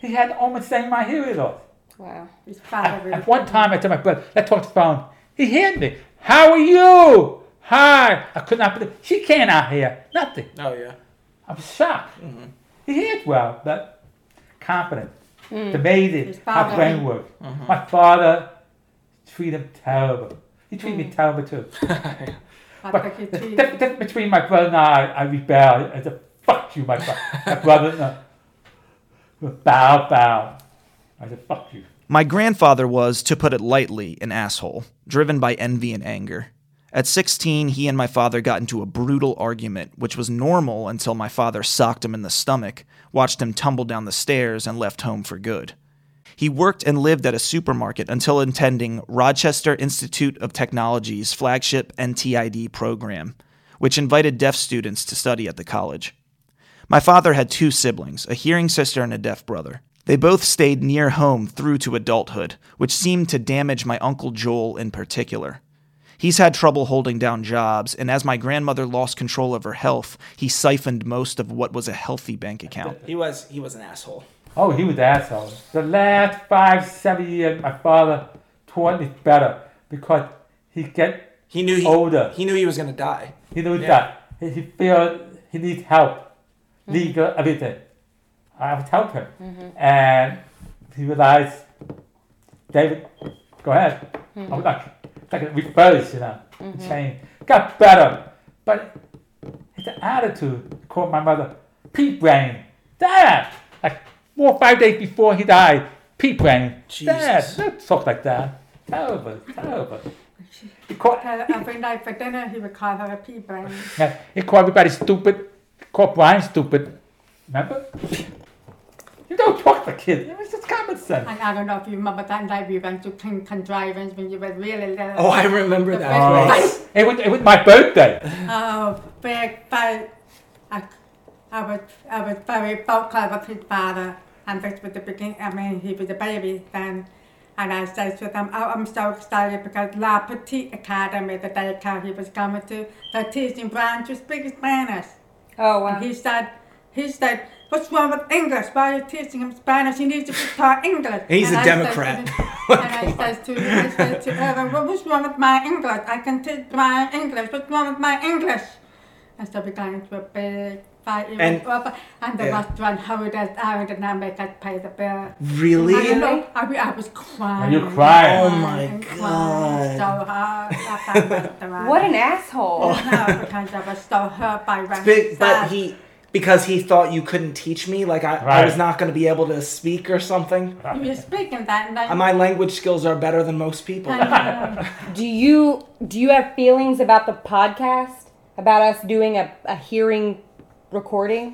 Speaker 2: He had almost saying my hearing loss.
Speaker 3: Wow.
Speaker 5: His
Speaker 2: At,
Speaker 5: father.
Speaker 2: at one time, I told my brother, let's talk to the phone. He heard me. How are you? Hi. I could not believe she can't out here. Nothing.
Speaker 6: Oh yeah.
Speaker 2: I was shocked.
Speaker 6: Mm-hmm.
Speaker 2: He heard well, but confident. It's amazing
Speaker 5: Mm. His
Speaker 2: how
Speaker 5: father.
Speaker 2: brain works.
Speaker 6: Mm-hmm.
Speaker 2: My father treated him terrible. He treated
Speaker 5: Mm.
Speaker 2: me terrible too.
Speaker 5: I
Speaker 2: But
Speaker 5: think he
Speaker 2: the
Speaker 5: treated-
Speaker 2: diff- difference between my brother and I, I rebelled. I said, fuck you, my, bro- my brother. No. Bow, bow. I said, fuck you.
Speaker 4: My grandfather was, to put it lightly, an asshole, driven by envy and anger. At 16, he and my father got into a brutal argument, which was normal until my father socked him in the stomach, watched him tumble down the stairs, and left home for good. He worked and lived at a supermarket until attending Rochester Institute of Technology's flagship NTID program, which invited deaf students to study at the college. My father had two siblings, a hearing sister and a deaf brother. They both stayed near home through to adulthood, which seemed to damage my Uncle Joel in particular. He's had trouble holding down jobs, and as my grandmother lost control of her health, he siphoned most of what was a healthy bank account.
Speaker 6: He was he was an asshole.
Speaker 2: Oh, he was an asshole. The last five, seven years, my father taught me better because he get
Speaker 6: He knew he
Speaker 2: Older.
Speaker 6: He knew he was gonna die.
Speaker 2: he knows
Speaker 6: Yeah.
Speaker 2: that he, he feels he needs help, legal everything. I would help him, and he realized, David, go ahead. I would like like a reverse, you know, change. Got better, but his attitude called my mother pea brain. Dad, like four or five days before he died, pea brain.
Speaker 6: Jesus.
Speaker 2: Dad, don't talk like that. Terrible, terrible. He
Speaker 5: Uh,
Speaker 2: called,
Speaker 5: Every night for dinner, he would call her a pea brain.
Speaker 2: yeah, he called everybody stupid. He called Brian stupid. Remember? You know don't talk to kids. It's just common sense.
Speaker 5: And I don't know if you remember that night we went to King Contrivance when you were really little.
Speaker 6: Oh, I remember that.
Speaker 5: Oh.
Speaker 6: place.
Speaker 2: It was, it was my birthday.
Speaker 5: Oh, big fight. I, I was I was very vocal with his father, and this was the beginning. I mean, he was a baby then, and I said to them, "Oh, I'm so excited because La Petite Academy, the daycare he was coming to, they're teaching Brian to speak Spanish."
Speaker 3: Oh, wow.
Speaker 5: And he said, "He said, what's wrong with English? Why are you teaching him Spanish? He needs to be taught English."
Speaker 6: He's
Speaker 5: and
Speaker 6: a
Speaker 5: I said to him-
Speaker 6: Democrat.
Speaker 5: and I said to I said to Evan, well, what's wrong with my English? I can teach my English. What's wrong with my English? And so we got into a big fight. It
Speaker 6: And-
Speaker 5: was awful. and the
Speaker 6: yeah.
Speaker 5: restaurant hurried us out and I make us pay the bill. I,
Speaker 6: Really?
Speaker 5: don't know, I, mean, I was crying.
Speaker 2: you crying?
Speaker 6: Oh my
Speaker 5: and crying So hard at that restaurant.
Speaker 3: What an asshole.
Speaker 5: No, because I was so hurt by It's
Speaker 6: Big, but he because he thought you couldn't teach me, like I, I was
Speaker 2: Right.
Speaker 6: not going to be able to speak or something.
Speaker 5: You were speaking that night.
Speaker 6: Uh, My language skills are better than most people.
Speaker 5: and, uh,
Speaker 6: Oh.
Speaker 3: Do you do you have feelings about the podcast? About us doing a, a hearing recording?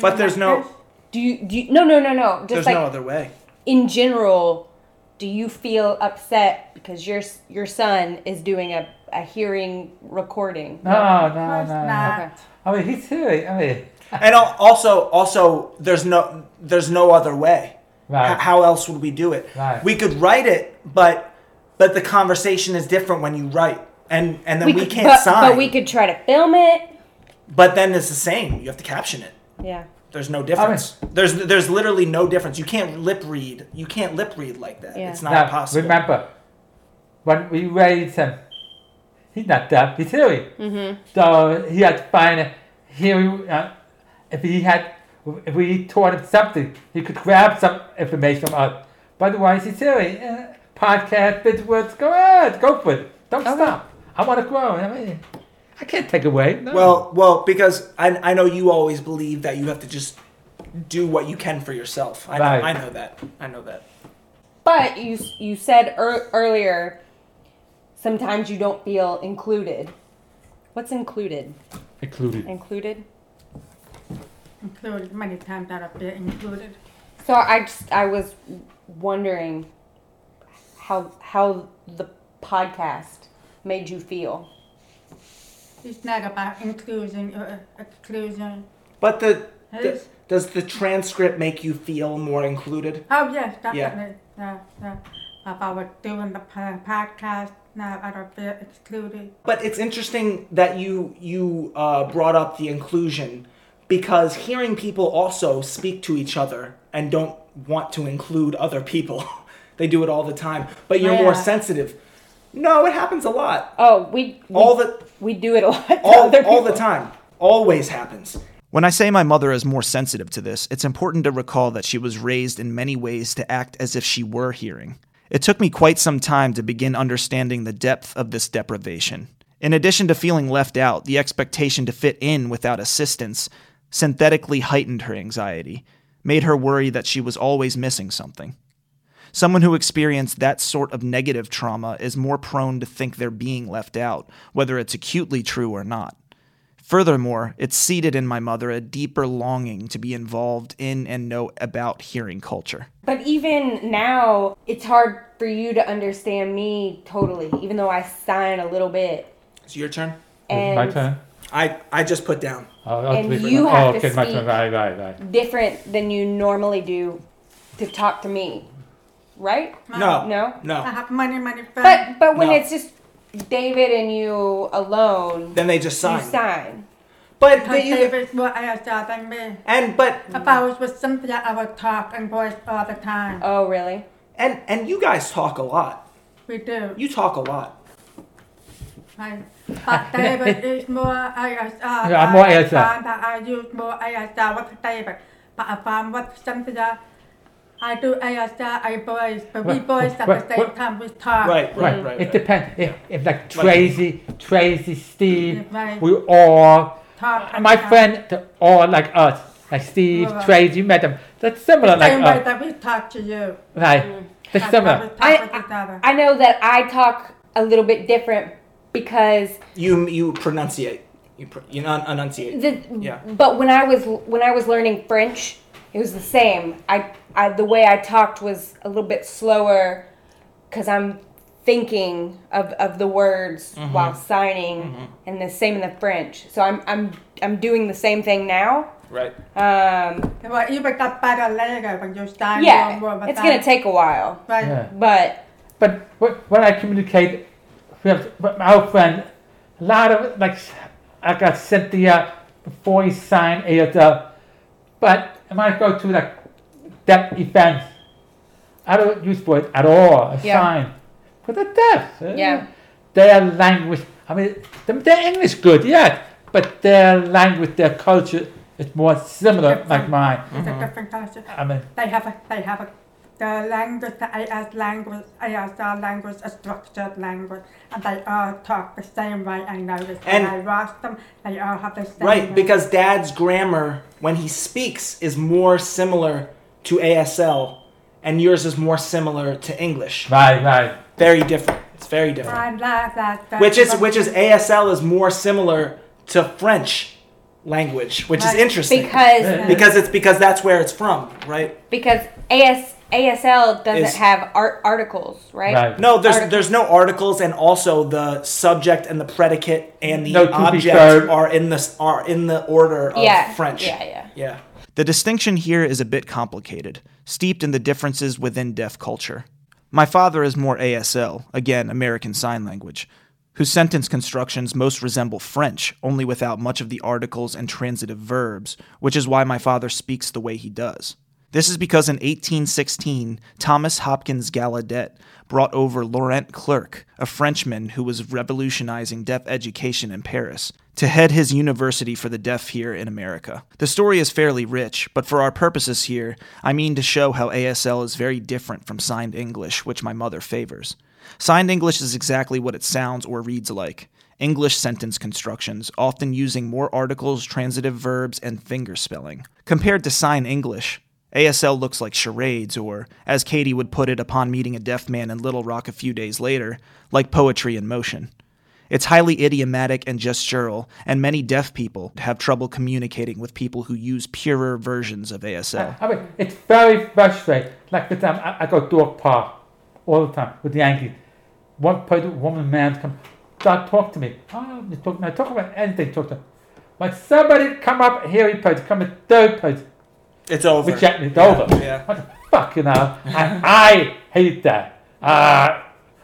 Speaker 6: But there's no
Speaker 3: Do you do you, no no no no. Just
Speaker 6: there's
Speaker 3: like
Speaker 6: no other way.
Speaker 3: in general, do you feel upset because your s- your son is doing a, a hearing recording?
Speaker 2: Oh, No, no,
Speaker 5: Of course
Speaker 2: no.
Speaker 5: not.
Speaker 3: Okay.
Speaker 2: I mean, he's silly. I mean,
Speaker 6: And al- also also there's no there's no other way.
Speaker 2: Right.
Speaker 6: H- how else would we do it?
Speaker 2: Right.
Speaker 6: We could write it, but but the conversation is different when you write. And and then we,
Speaker 3: could-
Speaker 6: can't
Speaker 3: but,
Speaker 6: sign.
Speaker 3: But we could try to film it.
Speaker 6: But then it's the same. You have to caption it.
Speaker 3: Yeah.
Speaker 6: There's no difference. There's there's literally no difference. You can't lip read. You can't lip read like that.
Speaker 3: Yeah.
Speaker 6: It's not
Speaker 2: now,
Speaker 6: possible.
Speaker 2: remember, when we raised him, he's not deaf, he's hearing.
Speaker 3: Mm-hmm.
Speaker 2: So he had to find a hearing. Uh, if he had, if we taught him something, he could grab some information from us. But otherwise, he's hearing. Uh, podcast, big words, go ahead, go for it. Don't stop. I want to grow. I mean, I can't take away. No.
Speaker 6: Well, well, because I, I know you always believe that you have to just do what you can for yourself. I,
Speaker 2: Right.
Speaker 6: know, I know that. I know that.
Speaker 3: But you s- you said ear earlier, sometimes you don't feel included. What's included?
Speaker 2: included.
Speaker 3: Included.
Speaker 5: included many times out of being included.
Speaker 3: So I just I was wondering how how the podcast made you feel.
Speaker 5: It's not about inclusion or exclusion.
Speaker 6: But the, the
Speaker 5: Yes.
Speaker 6: does the transcript make you feel more included?
Speaker 5: Oh yes, definitely. Yeah. Yeah, If I was doing the po- podcast, now I don't feel excluded.
Speaker 6: But it's interesting that you you uh, brought up the inclusion because hearing people also speak to each other and don't want to include other people. they do it all the time. But you're more
Speaker 5: Yeah.
Speaker 6: sensitive. No, it happens a lot.
Speaker 3: Oh, we, we
Speaker 6: All the
Speaker 3: we do it a lot. to
Speaker 6: all,
Speaker 3: other
Speaker 6: all the
Speaker 3: people.
Speaker 6: time. Always happens.
Speaker 4: When I say my mother is more sensitive to this, it's important to recall that she was raised in many ways to act as if she were hearing. It took me quite some time to begin understanding the depth of this deprivation. In addition to feeling left out, the expectation to fit in without assistance synthetically heightened her anxiety, made her worry that she was always missing something. Someone who experienced that sort of negative trauma is more prone to think they're being left out, whether it's acutely true or not. Furthermore, it seated in my mother a deeper longing to be involved in and know about hearing culture.
Speaker 3: But even now, it's hard for you to understand me totally, even though I sign a little bit.
Speaker 6: It's your turn.
Speaker 3: And
Speaker 2: my turn.
Speaker 6: I I just put down.
Speaker 2: Oh, oh,
Speaker 3: and
Speaker 2: please.
Speaker 3: you
Speaker 2: oh,
Speaker 3: have to
Speaker 2: okay, my
Speaker 3: speak.
Speaker 2: turn. Right, right, right.
Speaker 3: different than you normally do to talk to me, right?
Speaker 6: No.
Speaker 3: No? Uh-huh.
Speaker 5: I
Speaker 6: No.
Speaker 5: have many, many friends.
Speaker 3: But but when
Speaker 6: No.
Speaker 3: it's just David and you alone,
Speaker 6: Then they just
Speaker 3: you
Speaker 6: sign.
Speaker 3: sign.
Speaker 6: But
Speaker 5: But
Speaker 6: they, you,
Speaker 5: David's more ASL than me.
Speaker 6: and but
Speaker 5: If I was with Cynthia, I would talk and voice all the time.
Speaker 3: Oh, really?
Speaker 6: and and you guys talk a lot.
Speaker 5: We do.
Speaker 6: You talk a lot.
Speaker 5: right? But David is more ASL.
Speaker 2: Yeah, I'm more
Speaker 5: I
Speaker 2: ASL.
Speaker 5: found that I use more ASL with David. But if I'm with Cynthia, I do ASL, I voice. But we
Speaker 2: Right,
Speaker 5: voice at
Speaker 2: right,
Speaker 5: the same
Speaker 2: right.
Speaker 5: time we talk.
Speaker 6: Right. Right.
Speaker 2: Right,
Speaker 3: Mm.
Speaker 6: Right.
Speaker 2: It
Speaker 6: right.
Speaker 2: depends. If, if like Tracy, Tracy, Steve,
Speaker 5: Yeah, right.
Speaker 2: we all,
Speaker 5: Talk
Speaker 2: uh, my
Speaker 5: and talk.
Speaker 2: friend, they're all like us, like Steve,
Speaker 5: Right.
Speaker 2: Tracy, you met them. That's similar like ờ.
Speaker 5: Same way
Speaker 2: us,
Speaker 5: that we talk to you.
Speaker 2: right? That's
Speaker 5: That's how we
Speaker 2: similar.
Speaker 5: talk
Speaker 3: I-
Speaker 5: with each other.
Speaker 3: I know that I talk a little bit different because
Speaker 6: You you pronunciate. You pr- you non- enunciate.
Speaker 3: the
Speaker 6: Yeah.
Speaker 3: but when I was when I was learning French, It was the same. I, I the way I talked was a little bit slower because I'm thinking of, of the words
Speaker 6: Mm-hmm.
Speaker 3: while signing, and the same in the French. So I'm I'm I'm doing the same thing now.
Speaker 6: Right.
Speaker 3: Um,
Speaker 5: Det var i hvert fall paralleller, men just der,
Speaker 3: yeah,
Speaker 5: hvor- hvor
Speaker 3: it's
Speaker 5: der-
Speaker 3: gonna take a while,
Speaker 5: Right.
Speaker 2: Yeah.
Speaker 3: but
Speaker 2: But wh- when I communicate with with our friend, a lot of like I got Cynthia before he signed ASL, but when I go to like deaf events, I don't use words at all. I
Speaker 3: Yeah.
Speaker 2: sign for the deaf. eh?
Speaker 3: Yeah.
Speaker 2: Their language. I mean, th- their English good, yeah, but their language, their culture is more similar like mine.
Speaker 5: It's a different culture.
Speaker 2: I mean,
Speaker 5: They have a, they have a, the language, the AS language, ASL language, a structured language, and they all talk the same way. I noticed
Speaker 6: And-
Speaker 5: when I watched them, they all have the same.
Speaker 6: Right,
Speaker 5: way.
Speaker 6: because dad's grammar when he speaks is more similar to ASL and yours is more similar to English.
Speaker 2: right, right.
Speaker 6: Very different. It's very different.
Speaker 5: I love that. that-
Speaker 6: Which is which is ASL is more similar to French language, which is
Speaker 5: Right,
Speaker 6: interesting.
Speaker 3: because
Speaker 2: Yeah.
Speaker 6: Because it's because that's where it's from, right?
Speaker 3: because AS, ASL doesn't
Speaker 6: Is-
Speaker 3: have art articles, right?
Speaker 2: Right.
Speaker 6: No, there's
Speaker 3: Articles.
Speaker 6: there's no articles, and also the subject and the predicate and the
Speaker 2: No, to be
Speaker 6: object
Speaker 2: fair.
Speaker 6: are in the s- are in the order of
Speaker 3: Yeah,
Speaker 6: French.
Speaker 3: yeah, yeah.
Speaker 6: yeah.
Speaker 4: The distinction here is a bit complicated, steeped in the differences within deaf culture. My father is more ASL, again, American Sign Language, whose sentence constructions most resemble French, only without much of the articles and transitive verbs, which is why my father speaks the way he does. This is because in 1816, Thomas Hopkins Gallaudet brought over Laurent Clerc, a Frenchman who was revolutionizing deaf education in Paris, to head his university for the deaf here in America. The story is fairly rich, but for our purposes here, I mean to show how ASL is very different from signed English, which my mother favors. Signed English is exactly what it sounds or reads like. English sentence constructions, often using more articles, transitive verbs, and finger spelling. Compared to Sign English, ASL looks like charades, or, as Katie would put it upon meeting a deaf man in Little Rock a few days later, like poetry in motion. It's highly idiomatic and gestural, and many deaf people have trouble communicating with people who use purer versions of ASL.
Speaker 2: I mean, it's very frustrating. Like the time I, I go dog park all the time with the Yankees. One person, woman, man come, start talk to me. Oh, you talk, no, talk about anything. Talk to. When somebody come up here, he person, come a third person,
Speaker 6: It's over.
Speaker 2: reject me, it's
Speaker 6: Yeah,
Speaker 2: over.
Speaker 6: Yeah.
Speaker 2: What the fuck, you know? and I hate that. Uh,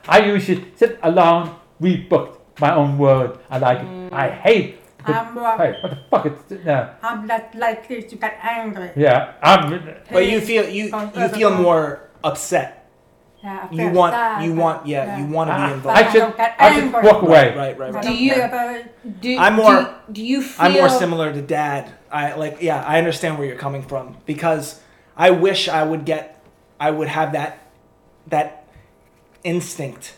Speaker 2: I usually sit alone, read books, my own word. I like it. I hate. the-
Speaker 5: I'm wrong.
Speaker 2: Hey, what the fuck? It's, no.
Speaker 5: I'm less likely to get angry.
Speaker 2: Yeah, I'm.
Speaker 6: But you feel you you feel more upset.
Speaker 5: Yeah, I
Speaker 6: You
Speaker 5: feel
Speaker 6: want
Speaker 5: sad,
Speaker 6: you
Speaker 5: but-
Speaker 6: want yeah, you want to
Speaker 2: I-
Speaker 6: be
Speaker 5: But
Speaker 6: involved.
Speaker 2: Ah, I
Speaker 5: I
Speaker 2: should,
Speaker 5: don't get
Speaker 2: I should
Speaker 5: angry.
Speaker 2: walk away.
Speaker 6: Right, right,
Speaker 5: I
Speaker 6: right.
Speaker 5: don't
Speaker 3: Ah, Do you-
Speaker 5: feel very-
Speaker 3: Do,
Speaker 6: I'm
Speaker 3: do-
Speaker 6: more-
Speaker 3: Do, you feel?
Speaker 6: I'm more similar to dad. I like yeah, I understand where you're coming from because I wish I would get I would have that that instinct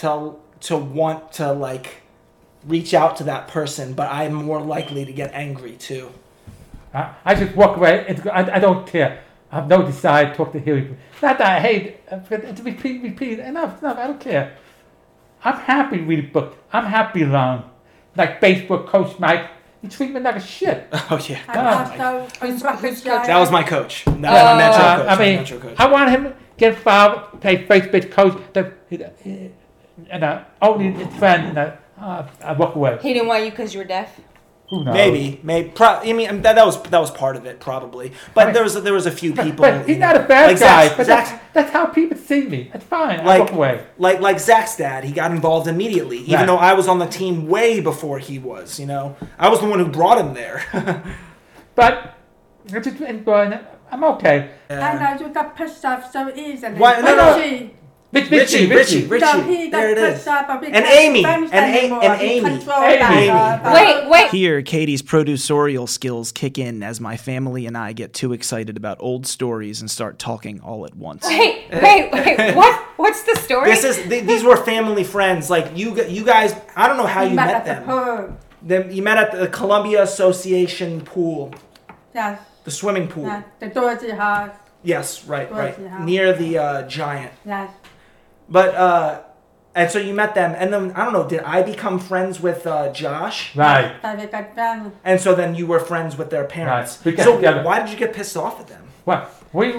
Speaker 6: to to want to like reach out to that person, but I'm more likely to get angry too.
Speaker 2: I, I just walk away. It's, I, I don't care. I have no desire to talk to Hillary. Not that I hate. uh, but It's repeat, repeat. Enough, enough. I don't care. I'm happy to read a book. I'm happy alone. Like baseball coach Mike, he treat me like a shit.
Speaker 6: Oh yeah.
Speaker 5: I'm
Speaker 2: God.
Speaker 5: also
Speaker 3: Who's-
Speaker 5: a
Speaker 3: who's
Speaker 5: guy.
Speaker 6: That was my coach. That was my
Speaker 3: Uh,
Speaker 6: mental
Speaker 2: Uh,
Speaker 6: coach.
Speaker 2: I
Speaker 6: my
Speaker 2: mean,
Speaker 6: mental coach.
Speaker 2: I want him to get involved, play first base coach, the, he- and uh, only his friend. And, uh, uh, I walk away.
Speaker 3: He didn't want you because you were deaf.
Speaker 2: Who knows?
Speaker 6: Maybe, maybe. Pro- I mean, that, that was that was part of it, probably. But
Speaker 2: mean-
Speaker 6: there was there was a few people.
Speaker 2: But he's
Speaker 6: you know,
Speaker 2: not a bad
Speaker 6: like
Speaker 2: guy.
Speaker 6: Zach's-
Speaker 2: but
Speaker 6: Zach's-
Speaker 2: that's, that's how people see me. That's fine. I walk
Speaker 6: like
Speaker 2: away.
Speaker 6: like like Zach's dad, he got involved immediately, even
Speaker 2: Right.
Speaker 6: though I was on the team way before he was. You know, I was the one who brought him there.
Speaker 2: But I'm just enjoying it. I'm okay.
Speaker 5: I know you got pissed off so easily.
Speaker 6: Why- no,
Speaker 2: no.
Speaker 5: She-
Speaker 2: Rich,
Speaker 6: Richie, Richie, Richie,
Speaker 5: so he got
Speaker 6: there it
Speaker 5: pissed
Speaker 6: is.
Speaker 5: off and we
Speaker 6: And
Speaker 5: can't
Speaker 6: Amy,
Speaker 5: friends
Speaker 6: and A-
Speaker 5: anymore.
Speaker 6: and
Speaker 5: We
Speaker 6: Amy.
Speaker 5: control
Speaker 2: Amy.
Speaker 5: that,
Speaker 6: Amy.
Speaker 5: uh,
Speaker 3: Wait, wait.
Speaker 4: Here, Katie's producerial skills kick in as my family and I get too excited about old stories and start talking all at once.
Speaker 3: Wait, wait, wait. What? What's the story?
Speaker 6: This is th- these were family friends. Like you, g- you guys. I don't know how you
Speaker 5: Back
Speaker 6: met
Speaker 5: at the
Speaker 6: them.
Speaker 5: pool.
Speaker 6: them. You met at the Columbia Association pool,
Speaker 5: Yes,
Speaker 6: the swimming pool.
Speaker 5: yes. The Dorsey house.
Speaker 6: Yes, right,
Speaker 5: Dorsey
Speaker 6: right,
Speaker 5: House.
Speaker 6: near the uh, giant.
Speaker 5: Yes.
Speaker 6: But uh, And so you met them, and then I don't know. Did I become friends with uh, Josh?
Speaker 2: Right.
Speaker 5: That we got friends.
Speaker 6: And so then you were friends with their parents.
Speaker 2: Right. We got
Speaker 6: So
Speaker 2: together.
Speaker 6: why did you get pissed off at them?
Speaker 2: Well, we.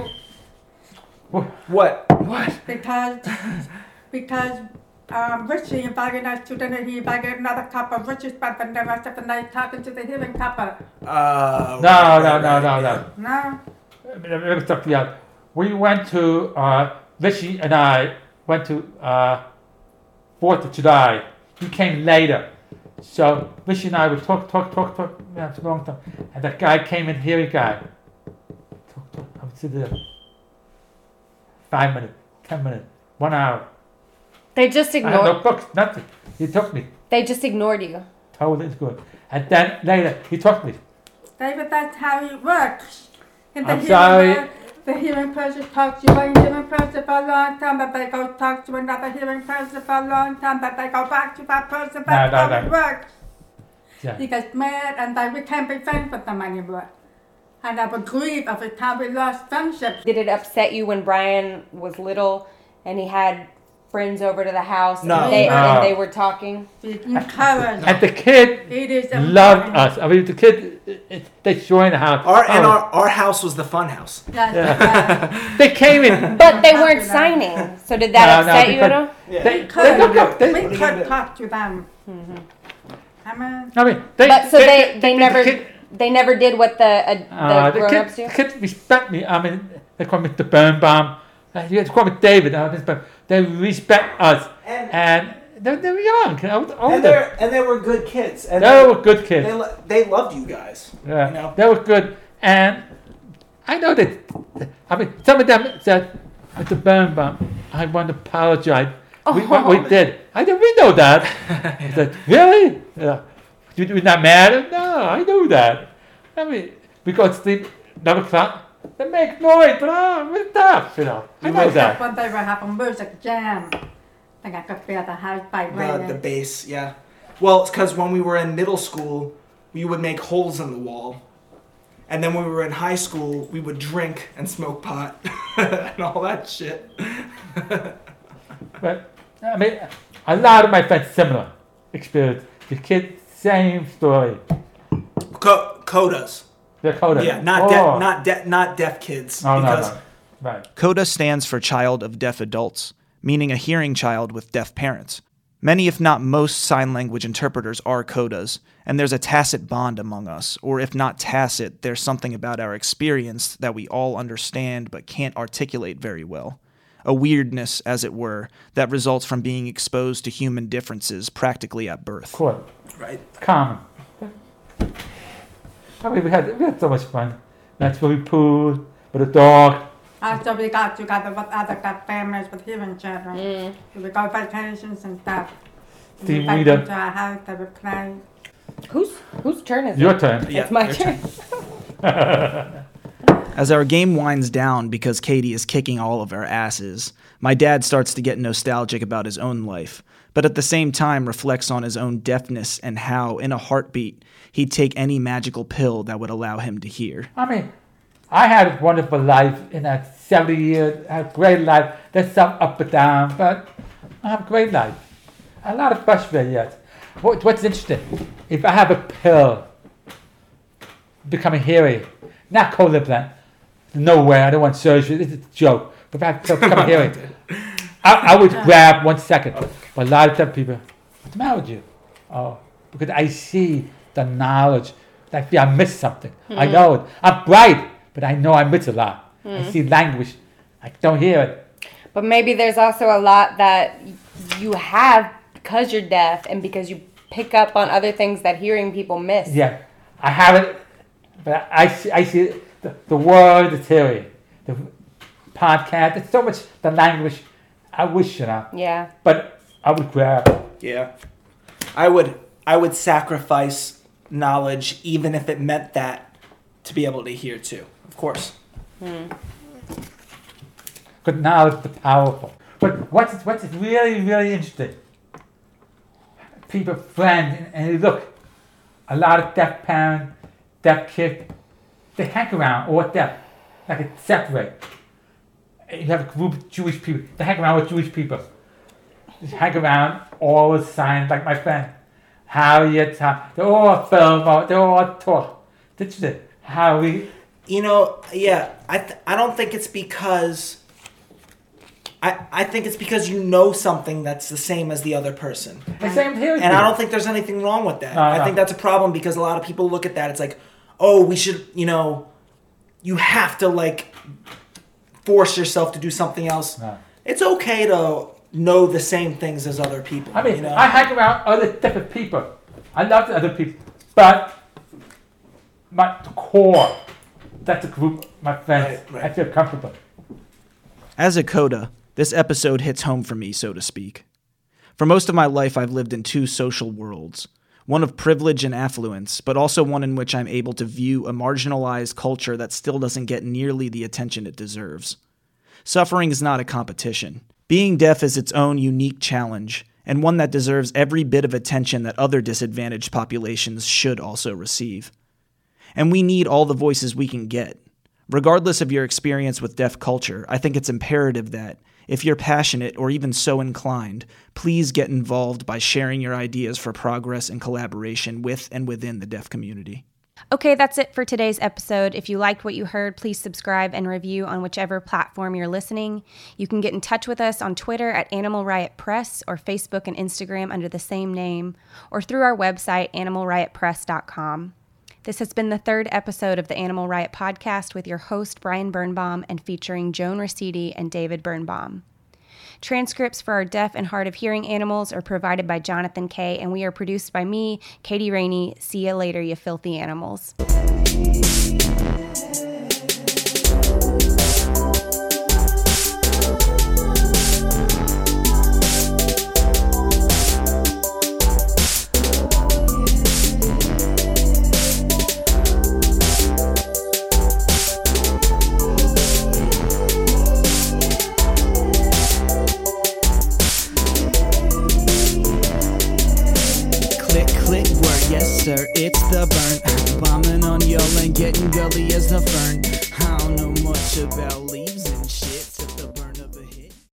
Speaker 6: What? What?
Speaker 5: because because um, Richie invited us to dinner. He invited another couple. Richie spent the rest of the night talking to the healing couple.
Speaker 6: Uh,
Speaker 2: No, no, no, no, no.
Speaker 5: No,
Speaker 2: Let me- let me stop you out. We went to uh, Richie and I went to uh, Fourth of July. He came later, so Richie and I would talk, talk, talk, talk. Yeah, it's a long time. And that guy came in here, guy. Talk, talk. I would sit there. Five minutes, ten minutes, one hour.
Speaker 3: They just
Speaker 2: I had no
Speaker 3: ignored.
Speaker 2: books, nothing. He took me.
Speaker 3: They just ignored you.
Speaker 2: Told it's good. And then later he took me.
Speaker 5: David, that's how it works. And the
Speaker 2: I'm
Speaker 5: healing
Speaker 2: sorry.
Speaker 5: man- the healing person talks to one healing person for a long time, but they go talk to another healing person for a long time, but they go back to that person. That's
Speaker 2: no,
Speaker 5: how
Speaker 2: no.
Speaker 5: it works.
Speaker 2: Yeah.
Speaker 5: He gets mad, and then we can't be friends with them anymore. And I would grieve every time we lost friendships.
Speaker 3: Did it upset you when Brian was little and he had friends over to the house
Speaker 6: No.
Speaker 3: and, they,
Speaker 2: No.
Speaker 3: and they were talking?
Speaker 5: It encouraged.
Speaker 2: And the kid
Speaker 5: It is
Speaker 2: loved
Speaker 5: important.
Speaker 2: us. I mean, the kid, it, it, they joined Oh. us.
Speaker 6: Our and our, our house was the fun house.
Speaker 5: Yes, yes.
Speaker 2: They came in.
Speaker 3: But they weren't signing. So did
Speaker 2: No,
Speaker 3: that
Speaker 2: no,
Speaker 3: upset you at
Speaker 2: because-
Speaker 3: all?
Speaker 2: They,
Speaker 5: Could-
Speaker 2: they, look up. They,
Speaker 5: we could
Speaker 6: it.
Speaker 5: talk to them. I mean,
Speaker 2: I mean, they.
Speaker 3: But so they, they, never
Speaker 2: The kid,
Speaker 3: they never did what the uh, the
Speaker 2: uh, the,
Speaker 3: grown-ups
Speaker 2: kid,
Speaker 3: do.
Speaker 2: the kid respect me. I mean, they call me the Birnbaum. Uh, yeah, They call me David. I mean, but they respect us.
Speaker 6: And-
Speaker 2: And they, they were young. I was
Speaker 6: And
Speaker 2: older.
Speaker 6: they're and they were good kids. And
Speaker 2: They were good kids.
Speaker 6: They, lo- they loved you guys.
Speaker 2: Yeah,
Speaker 6: You know.
Speaker 2: they were good. And I know that, I mean, some of them said, at the burn bump, I want to apologize. We, what we did. I said, we know that. I said, really? Yeah. You, you're not mad? No, I know that. I mean, because they never clap. They make noise, but oh, we're tough, you know. I know that.
Speaker 5: when they were having music jam, I think I could feel the house
Speaker 6: The,
Speaker 5: vibrating.
Speaker 6: the bass, yeah. Well, it's because when we were in middle school, we would make holes in the wall, and then when we were in high school, we would drink and smoke pot and all that shit.
Speaker 2: But I mean, a lot of my friends similar experience. The kids, same story.
Speaker 6: Co- codas.
Speaker 2: Dakota.
Speaker 6: Yeah, not
Speaker 2: Oh.
Speaker 6: deaf, not de- not deaf kids.
Speaker 2: No, no,
Speaker 6: because
Speaker 2: no. Right.
Speaker 4: CODA stands for Child of Deaf Adults, meaning a hearing child with deaf parents. Many, if not most, sign language interpreters are CODAs, and there's a tacit bond among us, or if not tacit, there's something about our experience that we all understand but can't articulate very well. A weirdness, as it were, that results from being exposed to human differences practically at birth.
Speaker 2: Cool.
Speaker 6: Right.
Speaker 2: Common. I mean, we had, we had so much fun. That's where we pooled with a dog.
Speaker 5: Also, we got together with other deaf families with hearing children. We would go vacations and stuff.
Speaker 2: See,
Speaker 5: we
Speaker 2: we
Speaker 5: would
Speaker 2: don't-
Speaker 5: to our house, they would play.
Speaker 3: Whose whose turn is
Speaker 2: Your
Speaker 3: it?
Speaker 2: turn.
Speaker 6: Yeah,
Speaker 3: it's my
Speaker 6: your
Speaker 3: turn.
Speaker 4: As our game winds down because Katie is kicking all of our asses, my dad starts to get nostalgic about his own life, but at the same time reflects on his own deafness and how, in a heartbeat, he'd take any magical pill that would allow him to hear.
Speaker 2: I mean, I had a wonderful life in that 70 years. I had a great life. There's some up and down, but I have a great life. A lot of frustration, yes. What, what's interesting, if I have a pill, becoming hairy, not colorblind, no way, I don't want surgery, this is a joke. But if I have a pill becoming hairy, I, I would grab one second. But a lot of time people, what's the matter with you? Oh, because I see the knowledge. I feel I miss something. I know it. I'm bright, but I know I miss a lot. I see language. I don't hear it.
Speaker 3: But maybe there's also a lot that you have because you're deaf and because you pick up on other things that hearing people miss.
Speaker 2: Yeah, I have it, but I see, I see the, the world, the theory, the podcast. It's so much the language. I wish, you know.
Speaker 3: Yeah.
Speaker 2: But I would grab.
Speaker 6: Yeah. I would I would sacrifice knowledge even if it meant that to be able to hear too. Of course.
Speaker 2: But now it's the powerful. But what's what's really really interesting? People, friends, and, and you look, a lot of deaf parents, deaf kids, they hang around or deaf, like it's separate. And You have a group of Jewish people. They hang around with Jewish people. just hang around all the signs like my friend. How you talk? They're all film. or They're all talk. This is it. How we?
Speaker 6: You know, yeah, I th- I don't think it's because I I think it's because you know something that's the same as the other person.
Speaker 2: The same here.
Speaker 6: And I don't think there's anything wrong with that.
Speaker 2: No,
Speaker 6: I
Speaker 2: no.
Speaker 6: think that's a problem because a lot of people look at that. It's like, oh, we should, you know, you have to like force yourself to do something else.
Speaker 2: No.
Speaker 6: It's okay to know the same things as other people.
Speaker 2: I mean,
Speaker 6: you know?
Speaker 2: I hang around other different people. I love the other people, but my core, that's a group, my friends,
Speaker 6: Right, right.
Speaker 2: I feel comfortable.
Speaker 4: As a coda, this episode hits home for me, so to speak. For most of my life, I've lived in two social worlds one of privilege and affluence, but also one in which I'm able to view a marginalized culture that still doesn't get nearly the attention it deserves. Suffering is not a competition. Being deaf is its own unique challenge, and one that deserves every bit of attention that other disadvantaged populations should also receive. And we need all the voices we can get. Regardless of your experience with deaf culture, I think it's imperative that, if you're passionate or even so inclined, please get involved by sharing your ideas for progress and collaboration with and within the deaf community.
Speaker 1: Okay, that's it for today's episode. If you liked what you heard, please subscribe and review on whichever platform you're listening. You can get in touch with us on Twitter at Animal Riot Press or Facebook and Instagram under the same name or through our website, animalriotpress.com. This has been the third episode of the Animal Riot podcast with your host, Brian Birnbaum, and featuring Joan Rosidi and David Birnbaum. Transcripts for our deaf and hard of hearing animals are provided by Jonathan Kay, and we are produced by me, Katie Rainey. See you later, you filthy animals.
Speaker 7: Click, click, word, yes sir, it's the burn. Bombing on y'all and getting gully as the fern. I don't know much about Lee.